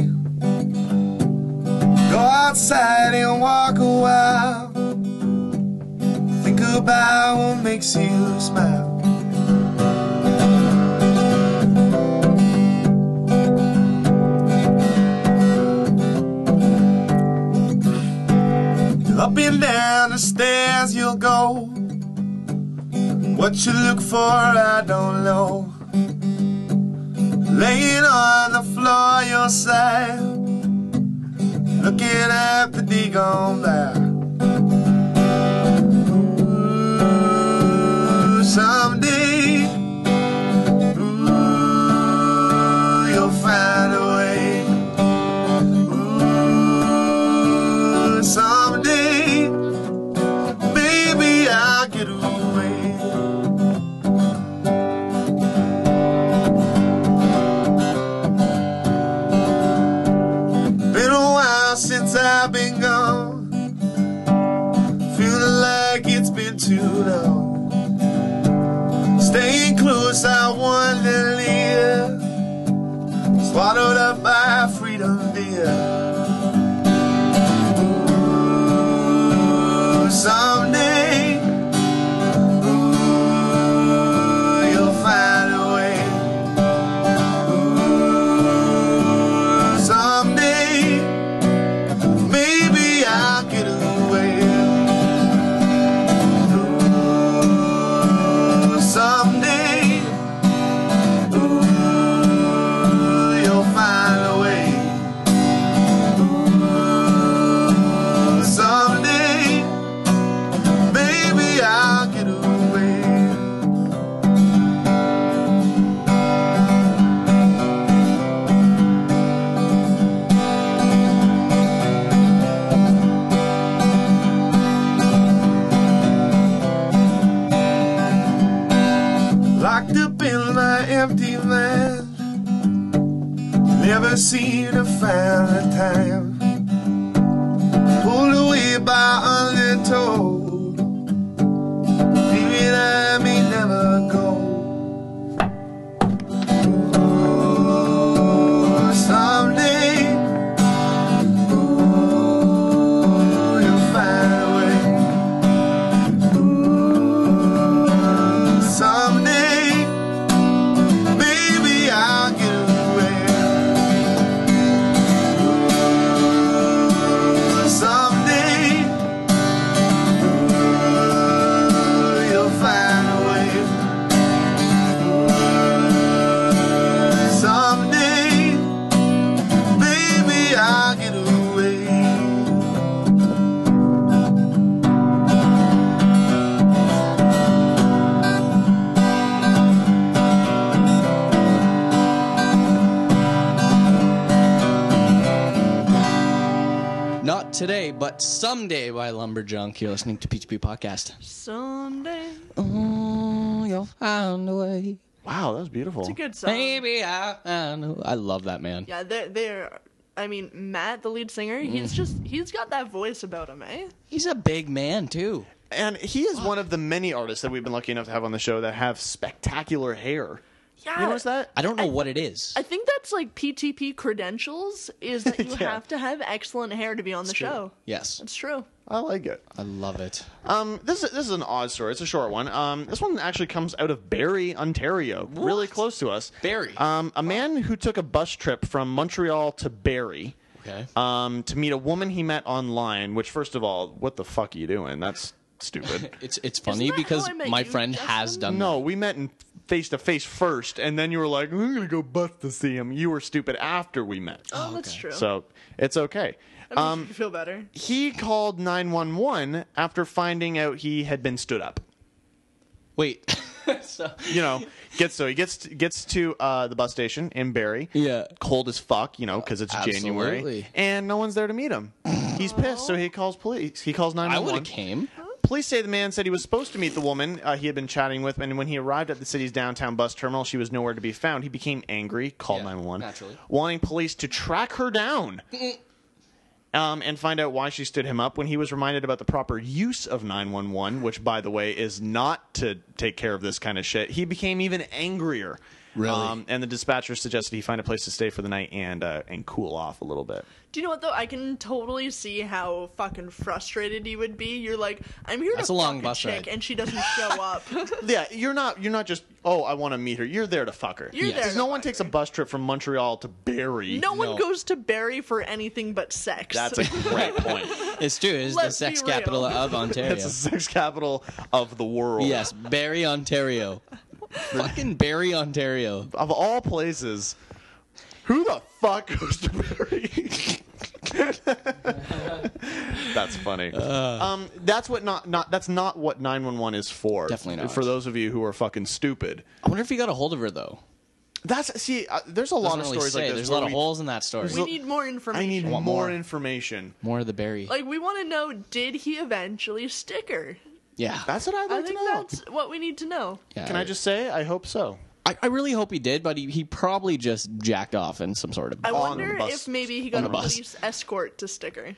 Go outside and walk a while. Think about what makes you smile. Up and down the stairs you'll go. What you look for, I don't know. Laying on the floor, your side. Looking at the deacon there. Ooh, someday. Ooh, you'll find a way. Ooh, someday. Maybe I'll get away. Been a while since I've been gone. Feeling like it's been too long. Staying close, I want to live. Swallowed up by freedom, dear. Ooh, someday, mind. Never seen a finer time. Pulled away by a little. Maybe I may never go. Ooh, someday. Ooh, you'll find a way. Ooh, someday. Maybe I'll get away. Ooh, someday. You'll find a way. Someday, baby, I'll get away.
Not today, but someday by Lumberjunk. You're listening to P2P Podcast.
Someday.
Oh, you'll find a way.
Wow, that was beautiful.
It's a good song.
Maybe I, I know. I love that man.
Yeah, they're, they're. I mean, Matt, the lead singer, he's
Mm.
just. He's got that voice about him, eh?
He's a big man too.
And he is one of the many artists that we've been lucky enough to have on the show that have spectacular hair.
Yeah.
You notice that?
I don't know what it is.
I think that's like PTP credentials is that you
Yeah.
have to have excellent hair to be on the show.
Yes.
That's true.
I like it.
I love it.
Um, this is, this is an odd story. It's a short one. Um, this one actually comes out of Barrie, Ontario, really close to us.
Barrie.
Um, a man who took a bus trip from Montreal to Barrie.
Okay.
Um, to meet a woman he met online. Which, first of all, what the fuck are you doing? That's stupid.
It's it's funny because my friend has done
no, we met in face to face first, and then you were like, "I'm gonna go bust to see him." You were stupid after we met.
Oh, that's true.
So it's okay.
That makes
Um,
you feel better.
he called 911 after finding out he had been stood up.
Wait. so
You know, gets so he gets gets to uh, the bus station in Barrie.
Yeah,
cold as fuck. You know, because it's January,
Absolutely.
and no one's there to meet him. He's
Oh.
pissed, so he calls police. He calls 911.
would've came.
Police say the man said he was supposed to meet the woman uh, he had been chatting with, and when he arrived at the city's downtown bus terminal, she was nowhere to be found. He became angry, called 911,
naturally.
wanting police to track her down um, and find out why she stood him up when he was reminded about the proper use of 911, which, by the way, is not to take care of this kind of shit. He became even angrier. Um,
Really?
and the dispatcher suggested he find a place to stay for the night and uh, and cool off a little bit.
Do you know what though? I can totally see how fucking frustrated you would be. You're like, I'm here
That's
to
a long
fuck
bus
chick,
ride.
and she doesn't show up.
yeah, you're not you're not just oh I want to meet her. You're there to fuck her.
You're Yes. there
Because
to
no one takes a bus trip from Montreal to Barrie.
no one goes to Barry for anything but sex.
That's a great point.
It's true. It's the
Let's
sex
be real.
capital of Ontario.
It's the sex capital of the world.
Yes, Barrie, Ontario. Fucking Barrie, Ontario.
Of all places, who the fuck goes to Barrie? That's funny.
Uh,
um, that's what not not that's not what 911 is for. Definitely
not.
For those of you who are fucking stupid.
I wonder if he got a hold of her though.
That's see. Uh, there's a lot
Doesn't
of
really
stories like
say.
this.
There's a
where
lot of
we-
holes in that story.
We need more
I
information.
need more,
want more.
information.
More of the Barrie.
Like, we want to know: Did he eventually stick her?
yeah.
That's what I'd
I
like to
think
know.
that's what we need to know.
Can I just say? I hope so.
I, I really hope he did, but he, he probably just jacked off in some sort of.
I wonder if maybe he got
on
a
the bus.
police escort to stick her.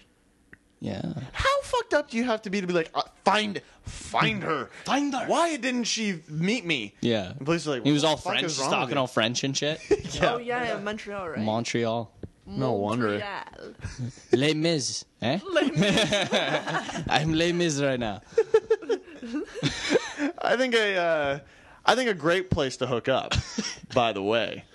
Yeah.
How fucked up do you have to be to be like, uh, find, find her,
find her?
Why didn't she meet me?
Yeah.
And police are like,
he was
"What
all
the fuck
French,
is
just
wrong with
talking
you?"
all French and shit.
Oh yeah, yeah, Montreal, right?
Montreal.
No wonder.
Montreal.
Les Mis, eh? I'm Les Mis right now.
I think a, uh, I think a great place to hook up. by the way,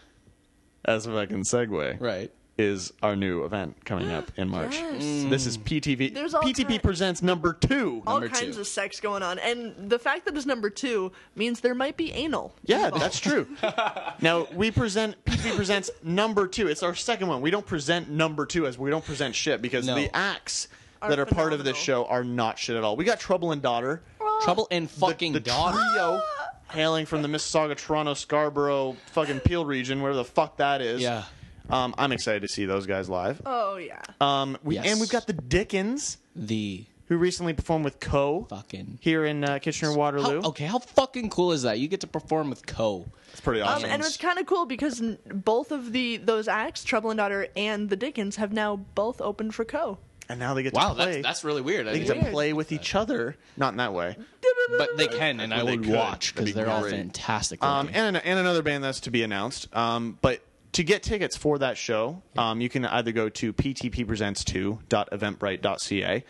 as a fucking segue,
right,
is our new event coming up in March.
Yes.
This is PTV.
There's all
PTV
ki-
presents number two.
All kinds of sex going on, and the fact that it's number two means there might be anal.
Yeah, that's true. now we present PTV presents number two. It's our second one. We don't present number two as we don't present shit because
No.
the acts
Are
that are part of this show are not shit at all. We got Trouble and Daughter.
Trouble and fucking
the, the
Daughter.
trio hailing from the Mississauga, Toronto, Scarborough, fucking Peel region, wherever the fuck that is. Yeah. Um, I'm excited to see those guys live.
Oh yeah.
Um, we,
Yes.
And we've got the Dickens.
The
who recently performed with Co.
Fucking
here in uh, Kitchener Waterloo.
How- okay, how fucking cool is that? You get to perform with Co.
It's pretty
Um, and it's kind of cool because n- both of the those acts, Trouble and Daughter and The Dickens, have now both opened for Co.
And now they get
wow,
to play.
that's that's really weird. I
they get to
didn't-
play with each other, not in that way.
but they can, and I
Well, they
would
could.
watch
That'd
because
be
they're all
great.
fantastic.
Um, and, an- and another band that's to be announced. Um, but to get tickets for that show, um, you can either go to ptppresents2.eventbrite.ca.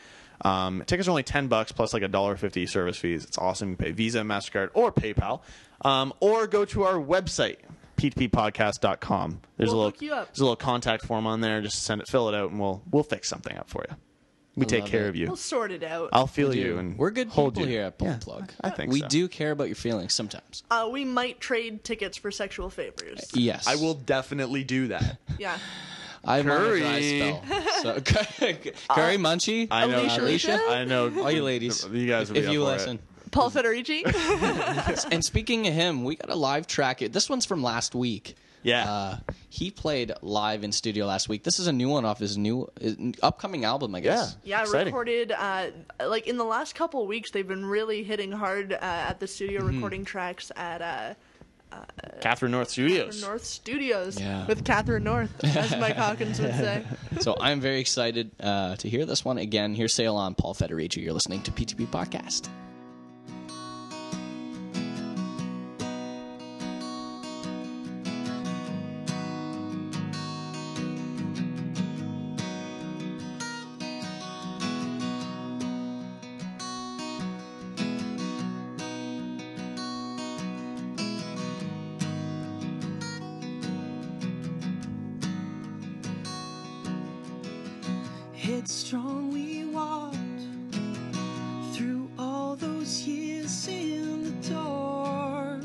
Um, tickets are only ten bucks plus like a dollar fifty service fees. It's awesome. You pay Visa, Mastercard, or PayPal, um, or go to our website ptppodcast.com. There's
We'll
a
hook
little
you up.
there's a little contact form on there. Just send it, fill it out, and we'll we'll fix something up for you. We take
love
care
it.
of you.
We'll sort it out.
I'll feel
We do.
you, and
we're good
hold
people
you.
here at Bone Plug.
I think
we
so.
do care about your feelings sometimes.
Uh, we might trade tickets for sexual
Uh,
favors.
Yes, I will
definitely do that.
Yeah.
I'm on
Curry.
a dry spell. So,
Uh,
Curry Munchie,
I know,
Alicia,
I know.
all you ladies,
you guys, will
if
be up
you
for it.
listen.
Paul Federici.
and speaking of him, we got a live track. This one's from last week.
Yeah.
Uh, he played live in studio last week. This is a new one off his new his upcoming album, I guess.
yeah, recorded uh, like in the last couple weeks. They've been really hitting hard uh, at the studio,
Mhm.
recording tracks at uh,
Catherine North Studios.
North Studios
Yeah.
with Catherine North, as Mike Hawkins would say.
so I'm very excited uh, to hear this one again. Here's Sail On, Paul Federici. You're listening to PTP Podcast.
Headstrong we walked through all those years in the dark.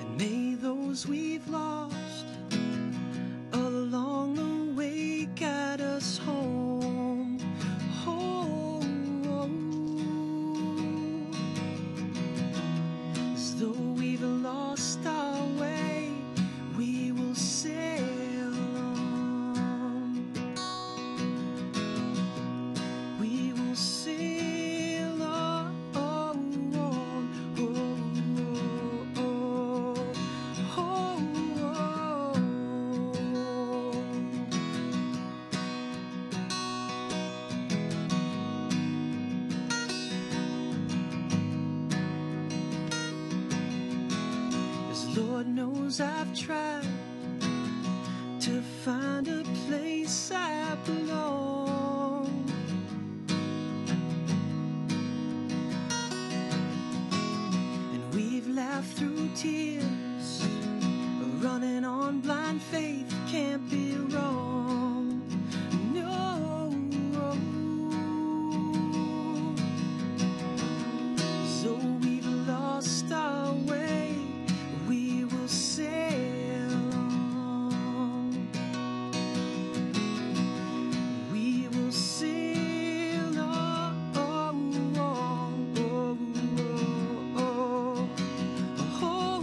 And may those we've lost along the way guide us home. home. As though we've lost our way we will sail on. We will sail on. Oh, oh, oh, oh, oh. As Lord knows I've tried to find a place I belong. And we've laughed through tears, running on blind faith can't be wrong. No. So we've lost our way. We will sail on. We will sail on. Oh, oh, oh, oh.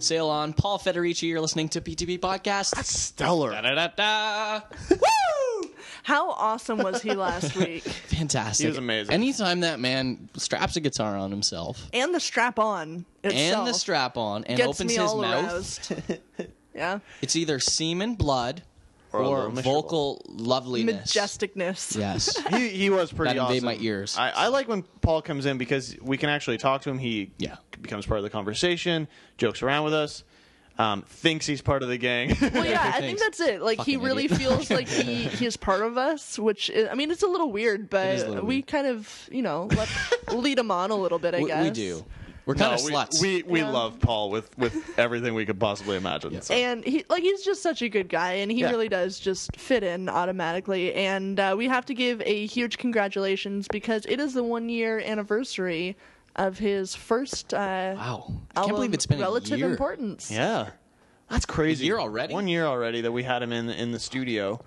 Sail on. Paul Federici, you're listening to PTP Podcast. That's
stellar.
Da, da, da, da.
How awesome was he last week?
Fantastic.
He was amazing.
Anytime that man straps a guitar on himself
And the strap on itself.
and the strap on and
gets
opens
me
his
all
mouth,
aroused. yeah.
it's either semen, blood,
Or a
or,
little miserable.
vocal loveliness.
Majesticness.
Yes.
he, he was pretty
That invade
awesome.
my ears.
I, I like when Paul comes in because we can actually talk to him. He
yeah.
becomes part of the conversation, jokes around with us, um, thinks he's part of the gang.
Well, yeah, I think that's it. Like he
Fucking
really
idiot.
feels like he, he is part of us, which is, I mean, it's a little weird, but
is a little
we kind of you know let, lead him on a little bit. I
We- we
guess
do. We're kind of
we,
sluts.
We we
Yeah.
love Paul with with everything we could possibly imagine. So.
And he like he's just such a good guy, and he
Yeah.
really does just fit in automatically. And uh, we have to give a huge congratulations because it is the one year anniversary of his first. Uh,
wow,
I can't believe
album,
it's been a
relative
year.
importance.
Yeah, that's crazy.
A year already?
One year already that we had him in in the studio.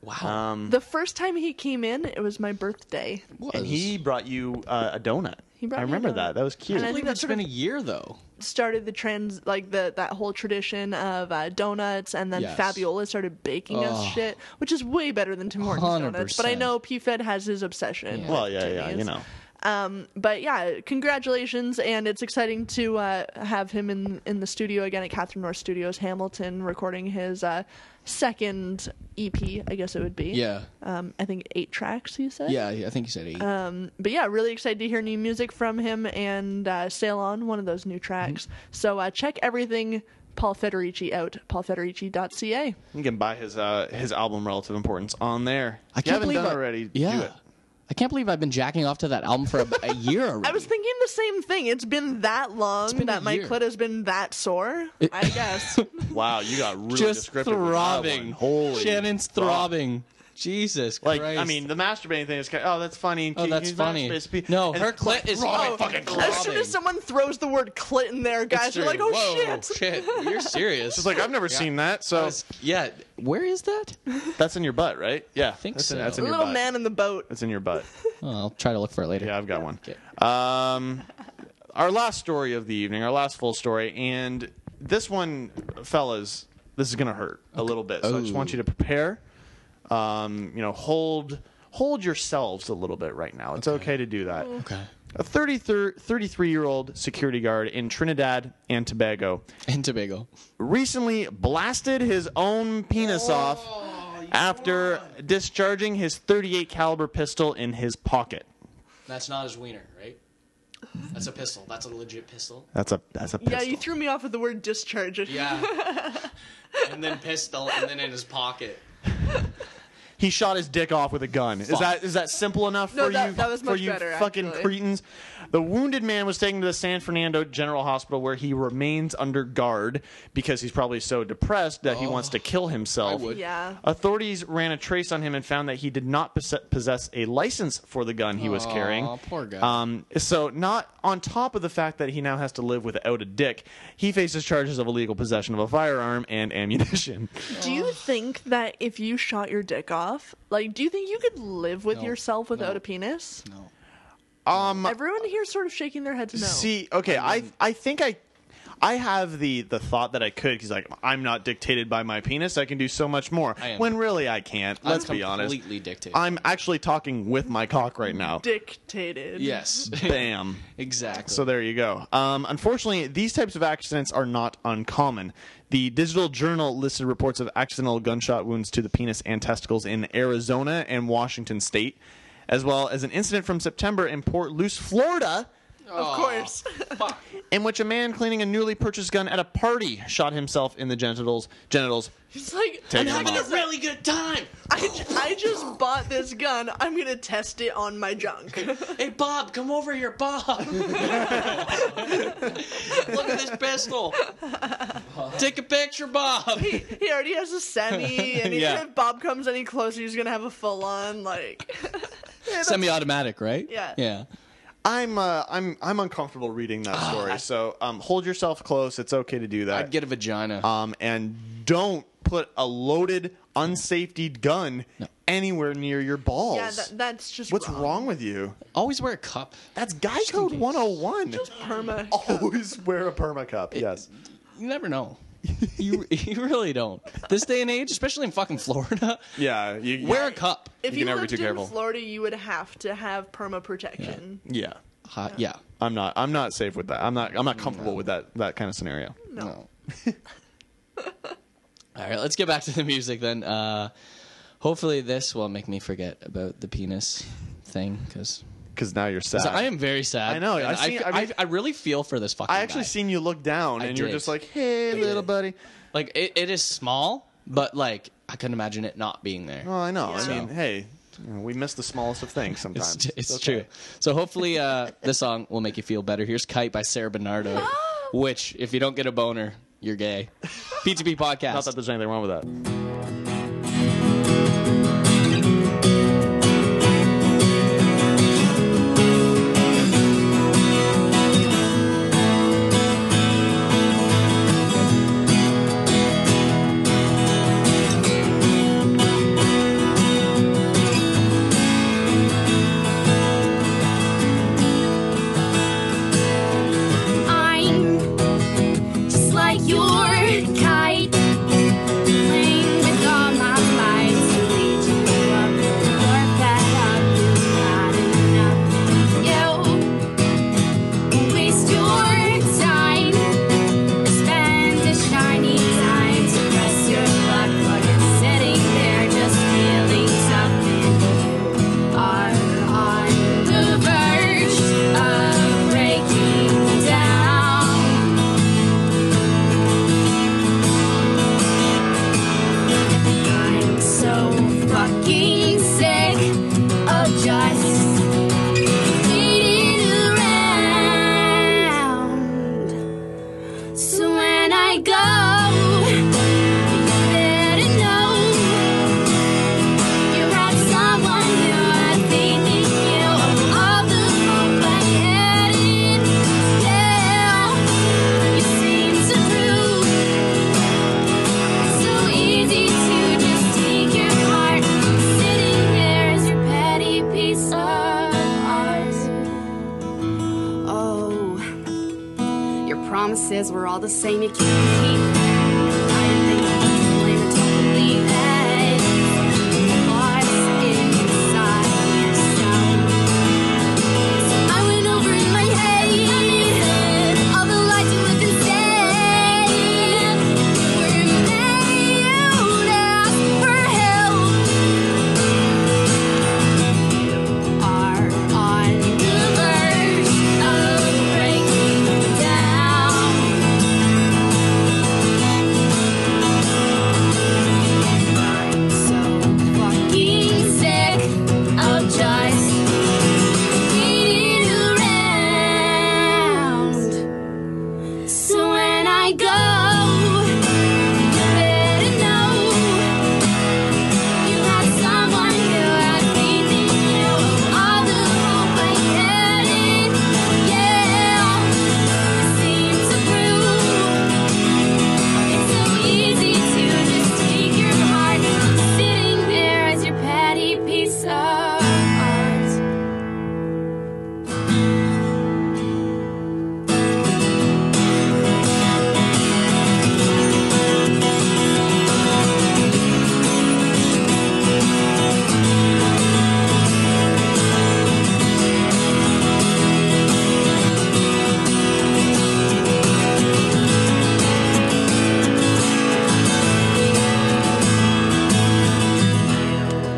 Wow.
Um,
The first time he came in, it was my birthday.
and he brought you uh, a donut.
He brought
I
me a
remember
donut.
that. That was cute.
And I think that
it's
sort
been
of
a year though.
started the trends like the that whole tradition of uh, donuts, and then
Yes.
Fabiola started baking us
Oh.
shit, which is way better than Tim Hortons donuts. But I
100%.
know P Fed has his obsession. with
Well, yeah, yeah, you
Timmy's.
know.
Um, but yeah, congratulations, and it's exciting to uh, have him in in the studio again at Catherine North Studios, Hamilton, recording his uh, second EP. I guess it would be.
Yeah.
Um, I think eight tracks. You said.
Yeah, I think you said eight.
Um, but yeah, really excited to hear new music from him and uh, Sail On, one of those new tracks.
Mm-hmm.
So uh, check everything Paul Federici out, paulfederici.ca.
You can buy his uh, his album Relative Importance on there.
I
If
can't
you haven't
believe
done
I-
it already.
Yeah.
do it.
I can't believe I've been jacking off to that album for a, a year already.
I was thinking the same thing. It's been that long
been
that
a
my
year.
clit has been that sore. I guess.
Wow, you got really
Just
descriptive. with that
throbbing.
one. Holy,
Shannon's
fuck.
throbbing. Jesus
Like
Christ.
I mean, the masturbating thing is kind of, oh that's funny.
Oh, that's funny. No, her clit is-
throbbing,
Oh,
fucking throbbing.
As soon as someone throws the word clit in there, guys
true.
are like, oh
Whoa,
shit.
shit. You're serious.
She's like I've never seen that. So
yeah, where is that?
that's in your butt, right? Yeah, I
think
that's In,
so.
that's in your
Little
butt.
man in the boat.
That's in your butt.
Oh, I'll try to look for it later.
Yeah, I've got one. Um, our last story of the evening, our last full story, and this one, fellas, this is gonna hurt a little bit. So I just want
Oh.
you to prepare. Um, you know, hold hold yourselves a little bit right now. It's okay, to do that.
Okay.
A 33 year old security guard in Trinidad and Tobago
In Tobago.
recently blasted his own penis
Oh,
off after discharging his 38 caliber pistol in his pocket.
That's not his wiener, right? That's a pistol. That's a legit pistol.
That's a that's a
Yeah,
pistol.
you threw me off with the word discharge.
Yeah. and then pistol, and then in his pocket.
he shot his dick off with a gun. Is
Fuck.
that is that simple enough
No,
for
that-
you
that was
for
much
you
better,
fucking
actually.
cretins? The wounded man was taken to the San Fernando General Hospital where he remains under guard because he's probably so depressed that he
Oh.
wants to kill himself.
I would.
Yeah.
Authorities ran a trace on him and found that he did not posse- possess a license for the gun he was
Aw,
carrying.
poor guy.
Um, so not on top of the fact that he now has to live without a dick, he faces charges of illegal possession of a firearm and ammunition.
Do you think that if you shot your dick off, like, do you think you could live with
No.
yourself without
No.
a penis?
No.
Um,
Everyone here sort of shaking their heads no.
See, okay, I I think I I have the the thought that I could because like I'm not dictated by my penis. I can do so much more.
I am.
When really I can't.
I'm
Let's be honest.
completely dictated.
I'm actually talking with my cock right now.
Dictated.
Yes.
Bam.
exactly.
So there you go. Um, unfortunately, these types of accidents are not uncommon. The Digital Journal listed reports of accidental gunshot wounds to the penis and testicles in Arizona and Washington state, as well as an incident from September in Port Luce, Florida,
Of course.
in which a man cleaning a newly purchased gun at a party shot himself in the genitals. Genitals.
It's like,
Take
I'm
them
having a
off.
really.
good time.
I, ju- I just bought this gun. I'm going to test it on my junk.
Hey, Bob, come over here, Bob. Look at this pistol. Take a picture, Bob.
he, he already has a semi, and even
Yeah.
if Bob comes any closer, he's going to have a full on, like.
Semi-automatic, right?
Yeah.
Yeah.
I'm uh, I'm I'm uncomfortable reading that story. so um, hold yourself close. It's okay to do that.
Ah, I'd get a vagina.
um, and don't put a loaded, unsafetied gun anywhere near your balls.
Yeah, that, that's just.
What's wrong. with you?
Always wear a cup.
That's guy code 101.
Perma.
Oh. Always wear a perma cup. Yes.
you never know. you you really don't. This day and age, especially in fucking Florida.
Yeah, you
wear a cup.
If you, lived in Florida, you would have to have perma protection.
Yeah.
Hot. Yeah.
I'm not. I'm not safe with that. I'm not. I'm not comfortable with that. That kind of scenario.
No.
All right, let's get back to the music then. Uh, hopefully, this will make me forget about the penis thing because.
Because now you're sad.
I am very sad.
I know,
and
I've seen-
I,
I mean-
I- I really feel for this fucking.
I actually
guy.
seen you look down,
I
and you're
did.
just like, "Hey,
I
little
did.
buddy."
Like it, it is small, but like I couldn't imagine it not being there.
Well, I know.
So-
I mean, hey, you know, we miss the smallest of things sometimes.
It's, it's true. So hopefully, uh, this song will make you feel better. Here's "Kite" by Sarah Bernardo, which if you don't get a boner, you're gay. P2P podcast. Not that
there's anything wrong with that.
I'm just like your kite, playing with all my might to lead you up your path. Up, you've got enough. You waste your time, spend a shiny time to press your luck, but you're sitting there just feeling something. You are on the verge of breaking down. I'm so fucking sick of just waiting around. So when I go, you better know you have someone new. I think it's you. All the hope I had in you, you seem to prove. So easy to just take your part, sitting there as your petty piece of art. Oh, your promises were all the same. You can't keep them. I think it's lame. Don't believe it. Lost inside yourself. I went over in my head all the lies you lived instead. Just waiting around. So when I go, you better know you have someone here. I faith in you. All the hope I had in you seems to prove it's so easy to just take your heart, sitting there as your petty piece of art.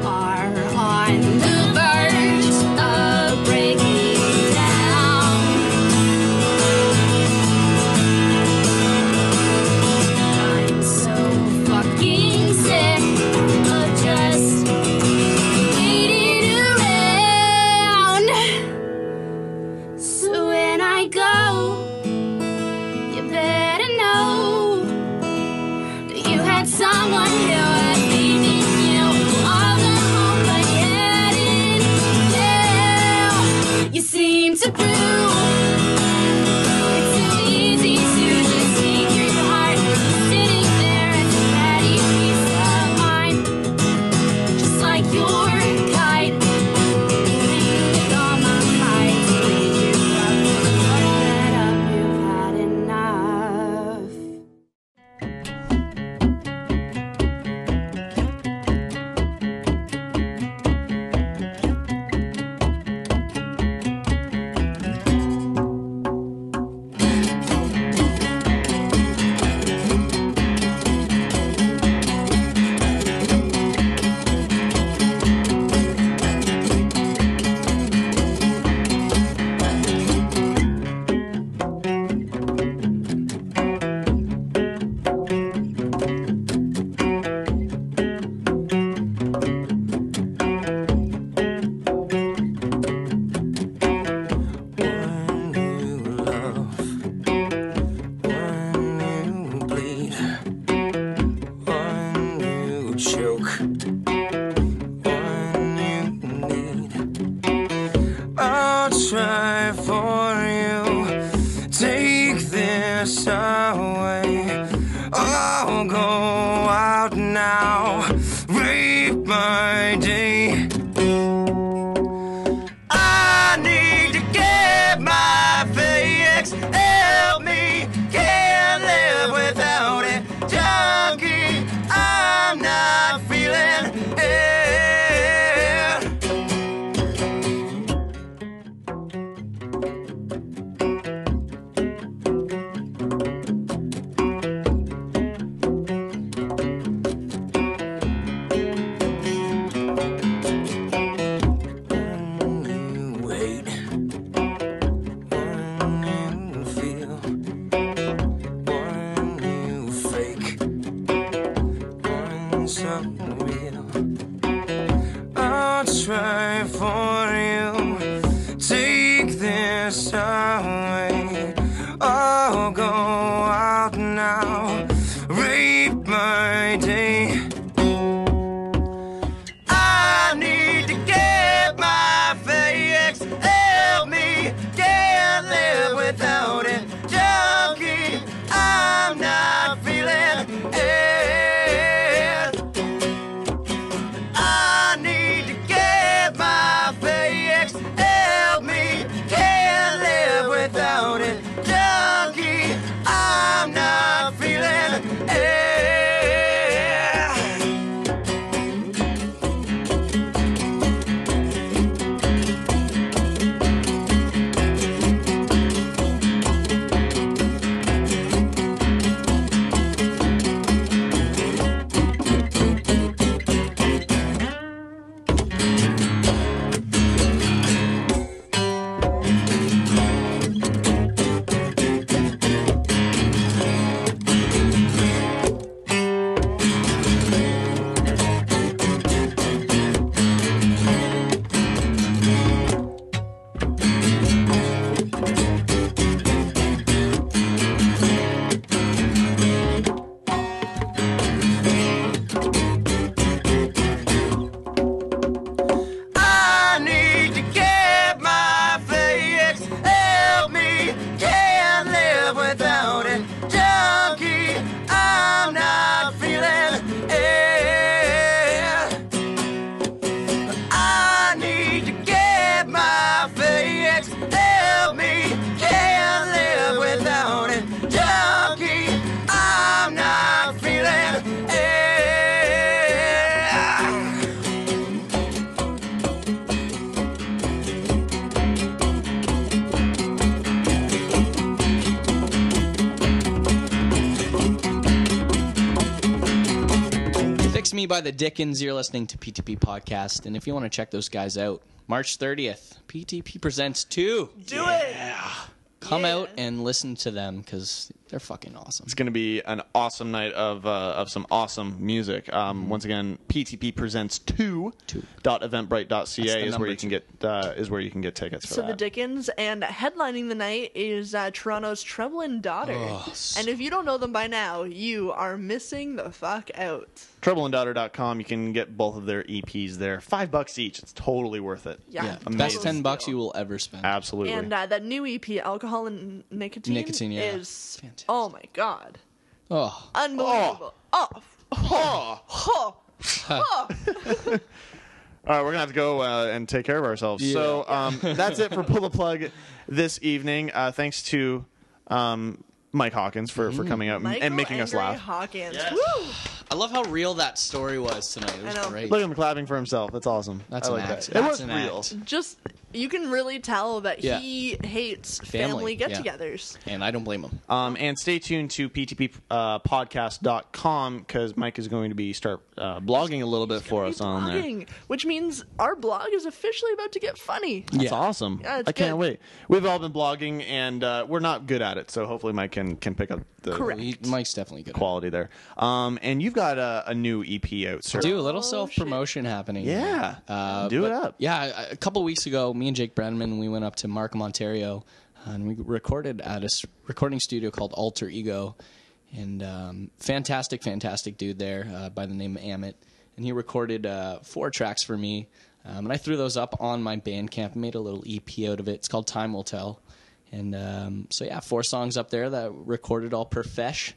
are on the verge of breaking down. I'm so fucking sick of just waiting around. So when I go, you better know. You had someone who had faith in you. All the hope I had in you, you seem to prove. It's so easy to just take your heart, sitting there as a petty piece of mine, just like your kite. With all my might, lead you up, but up, you've had enough.
I'll try for you. Take this away. I'll go out now. Rape my day. I need to get my fix. Help me, can't live without it. Junkie, I'm not feeling it. Wait, one you feel, one you fake, one so real. I'll try for you. Take this away. I'll go out now. Rape my day. I need to get my fix. Help me, can't live without it. Junkie, I'm not feeling it. I need to get my fix. Help me, can't live without it. Junkie, I'm not feeling it. I need to get my fix. Help me, can't live without it. Junkie, I'm not feeling it. I need to get my fix. Help me, can't live without it. Junkie, I'm not feeling it.
Fix Me by the Dickens. You're listening to PTP Podcast. And if you want to check those guys out, March 30th, PTP Presents 2. Do it! Come out and listen to them because they're fucking awesome.
It's going to be an awesome night of uh, of some awesome music. Um,
Mm-hmm.
Once again, PTP presents two, dot
That's the
eventbrite.ca is
number
where you can get uh, is where you can get tickets for
So the
that.
Dickens and headlining the night is uh, Toronto's Trevelyan Daughter.
Oh, s-
and if you don't know them by now, you are missing the fuck out.
Troubleanddaughter.com. You can get both of their EPs there. Five bucks each. It's totally worth it.
Yeah. Yeah.
Amazing.
Best 10 bucks you will ever spend.
Absolutely.
And uh, that new EP, Alcohol and Nicotine,
Nicotine, yeah.
is oh my god,
oh.
unbelievable. Oh,
oh,
oh, oh.
All right, we're gonna have to go uh, and take care of ourselves.
Yeah.
So um, that's it for pull the plug this evening. Uh, thanks to um, Mike Hawkins for,
Mm-hmm. Mm.
for coming out and,
Michael
and making us
Andre
laugh.
Hawkins.
Yes.
Woo!
I love how real that story was tonight. It was
I know.
great.
Look at him clapping for himself. That's awesome.
That's
I
an
like
act.
that.
That's
it was
an
real.
act.
Just you can really tell that
Yeah.
he hates
Family,
family,
yeah.
get-togethers.
And I don't blame him.
Um, and stay tuned to uh, ptppodcast.com because Mike is going to be start uh, blogging a little bit for us on there.
Fucking- Which means our blog is officially about to get funny.
That's awesome.
Yeah, it's
I can't
good.
wait. We've all been blogging, and uh, we're not good at it, so hopefully Mike can can pick up the
Correct.
Mike's definitely good
quality there. Um, and you've got a, a new EP out, sir.
Do a
Oh,
little self promotion happening.
Yeah.
Uh,
Do it
but-
up.
Yeah. A a couple weeks ago, me and Jake Brenneman, we went up to Markham, Ontario, and we recorded at a s- recording studio called Alter Ego. And um, fantastic, fantastic dude there uh, by the name of Amit. And he recorded uh, four tracks for me. Um, and I threw those up on my Bandcamp, made a little EP out of it. It's called Time Will Tell. And um, so, yeah, four songs up there that recorded all perfesh.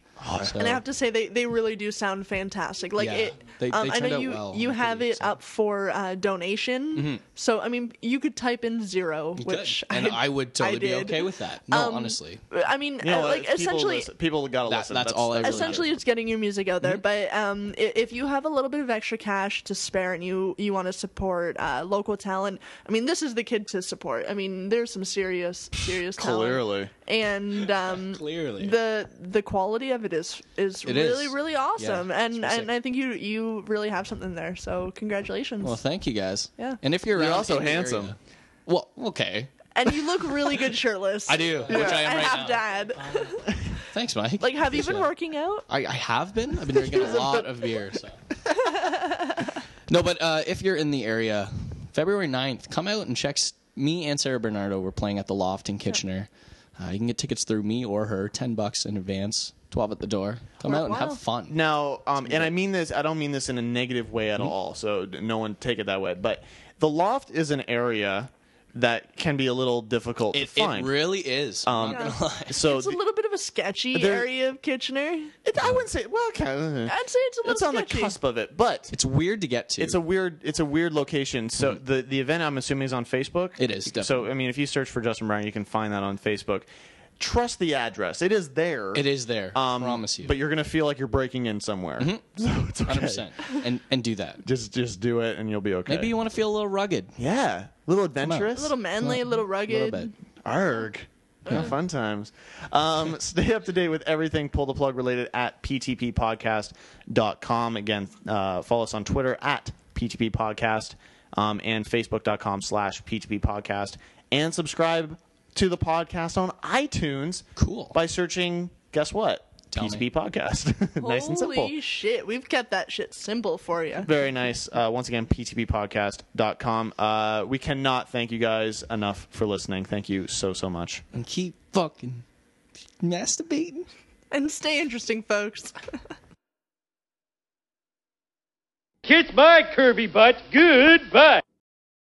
So-
and I have to say they, they really do sound fantastic. Like
Yeah.
it,
They-
um,
they
I
turned
know
out
you
well.
you
I
have it up for uh, donation.
Mm-hmm.
Mhm.
So I mean, you could type in zero,
You could.
which
and I, would totally be
did.
okay with that. No,
Um,
honestly.
I mean, uh, like essentially,
people gotta
That-
listen.
That's, all I really Mm-hmm.
essentially it's getting your music out there but um, i- if you have a little bit of extra cash to spare and you, you want to support uh, local talent i mean this is the kid to support i mean there's some serious serious talent
Clearly.
and um,
Clearly.
the the quality of it is is
It
really
is.
really
Yeah,
awesome
it's
and
pretty
and i think you you really have something there so congratulations
Well, thank you guys.
Yeah.
And if you're
You're
around
also
in the
handsome.
area- well, okay.
and you look really good shirtless
I do, which I am right
have dad
Thanks, Mike.
like have you
Appreciate
been
it.
working out
I, I have been. I've been drinking a lot of beer. So. no, but uh, if you're in the area, February 9th, come out and check. s- Me and Sarah Bernardo were playing at the Loft in Kitchener. Uh, you can get tickets through me or her, 10 bucks in advance, 12 at the door. Come out and have fun.
Now, um, and I mean this, I don't mean this in a negative way
Mm-hmm.
at all, so d- no one take it that way. But the loft is an area that can be a little difficult
It,
to
it
find.
really is. I'm
Um,
not gonna lie.
So
it's a little bit of a sketchy
There-
area of kitchener
it, i wouldn't say well kind of
i'd say it's a little
it's on the
sketchy.
cusp of it, but
it's weird to get to. Mm.
It's a weird, it's a weird location. So the the event, I'm assuming, is on Facebook.
It is,
So I mean, if you search for Justin Brown, you can find that on Facebook. Trust the address; it is there. Um,
It is there. I promise you.
But you're gonna feel like you're breaking in somewhere. So it's okay.
100%. And, and do that.
Just just do it, and you'll be okay.
Maybe you want to feel a little rugged.
Yeah, a little
out.
adventurous.
a little manly a little rugged
Arg. Yeah, fun times. Um, stay up to date with everything pull the plug related at ptppodcast.com. Again, uh, follow us on Twitter at PTP Podcast um, and Facebook.com slash PTP Podcast. And subscribe to the podcast on iTunes.
Cool.
By searching, guess what?
Tell me.
PTP Podcast. nice and simple.
Holy shit, we've kept that shit simple for you.
Very nice. Uh, once again, ptppodcast.com. Uh, we cannot thank you guys enough for listening. Thank you so, so much.
And keep fucking masturbating.
And stay interesting, folks.
Kiss my Kirby butt. Goodbye.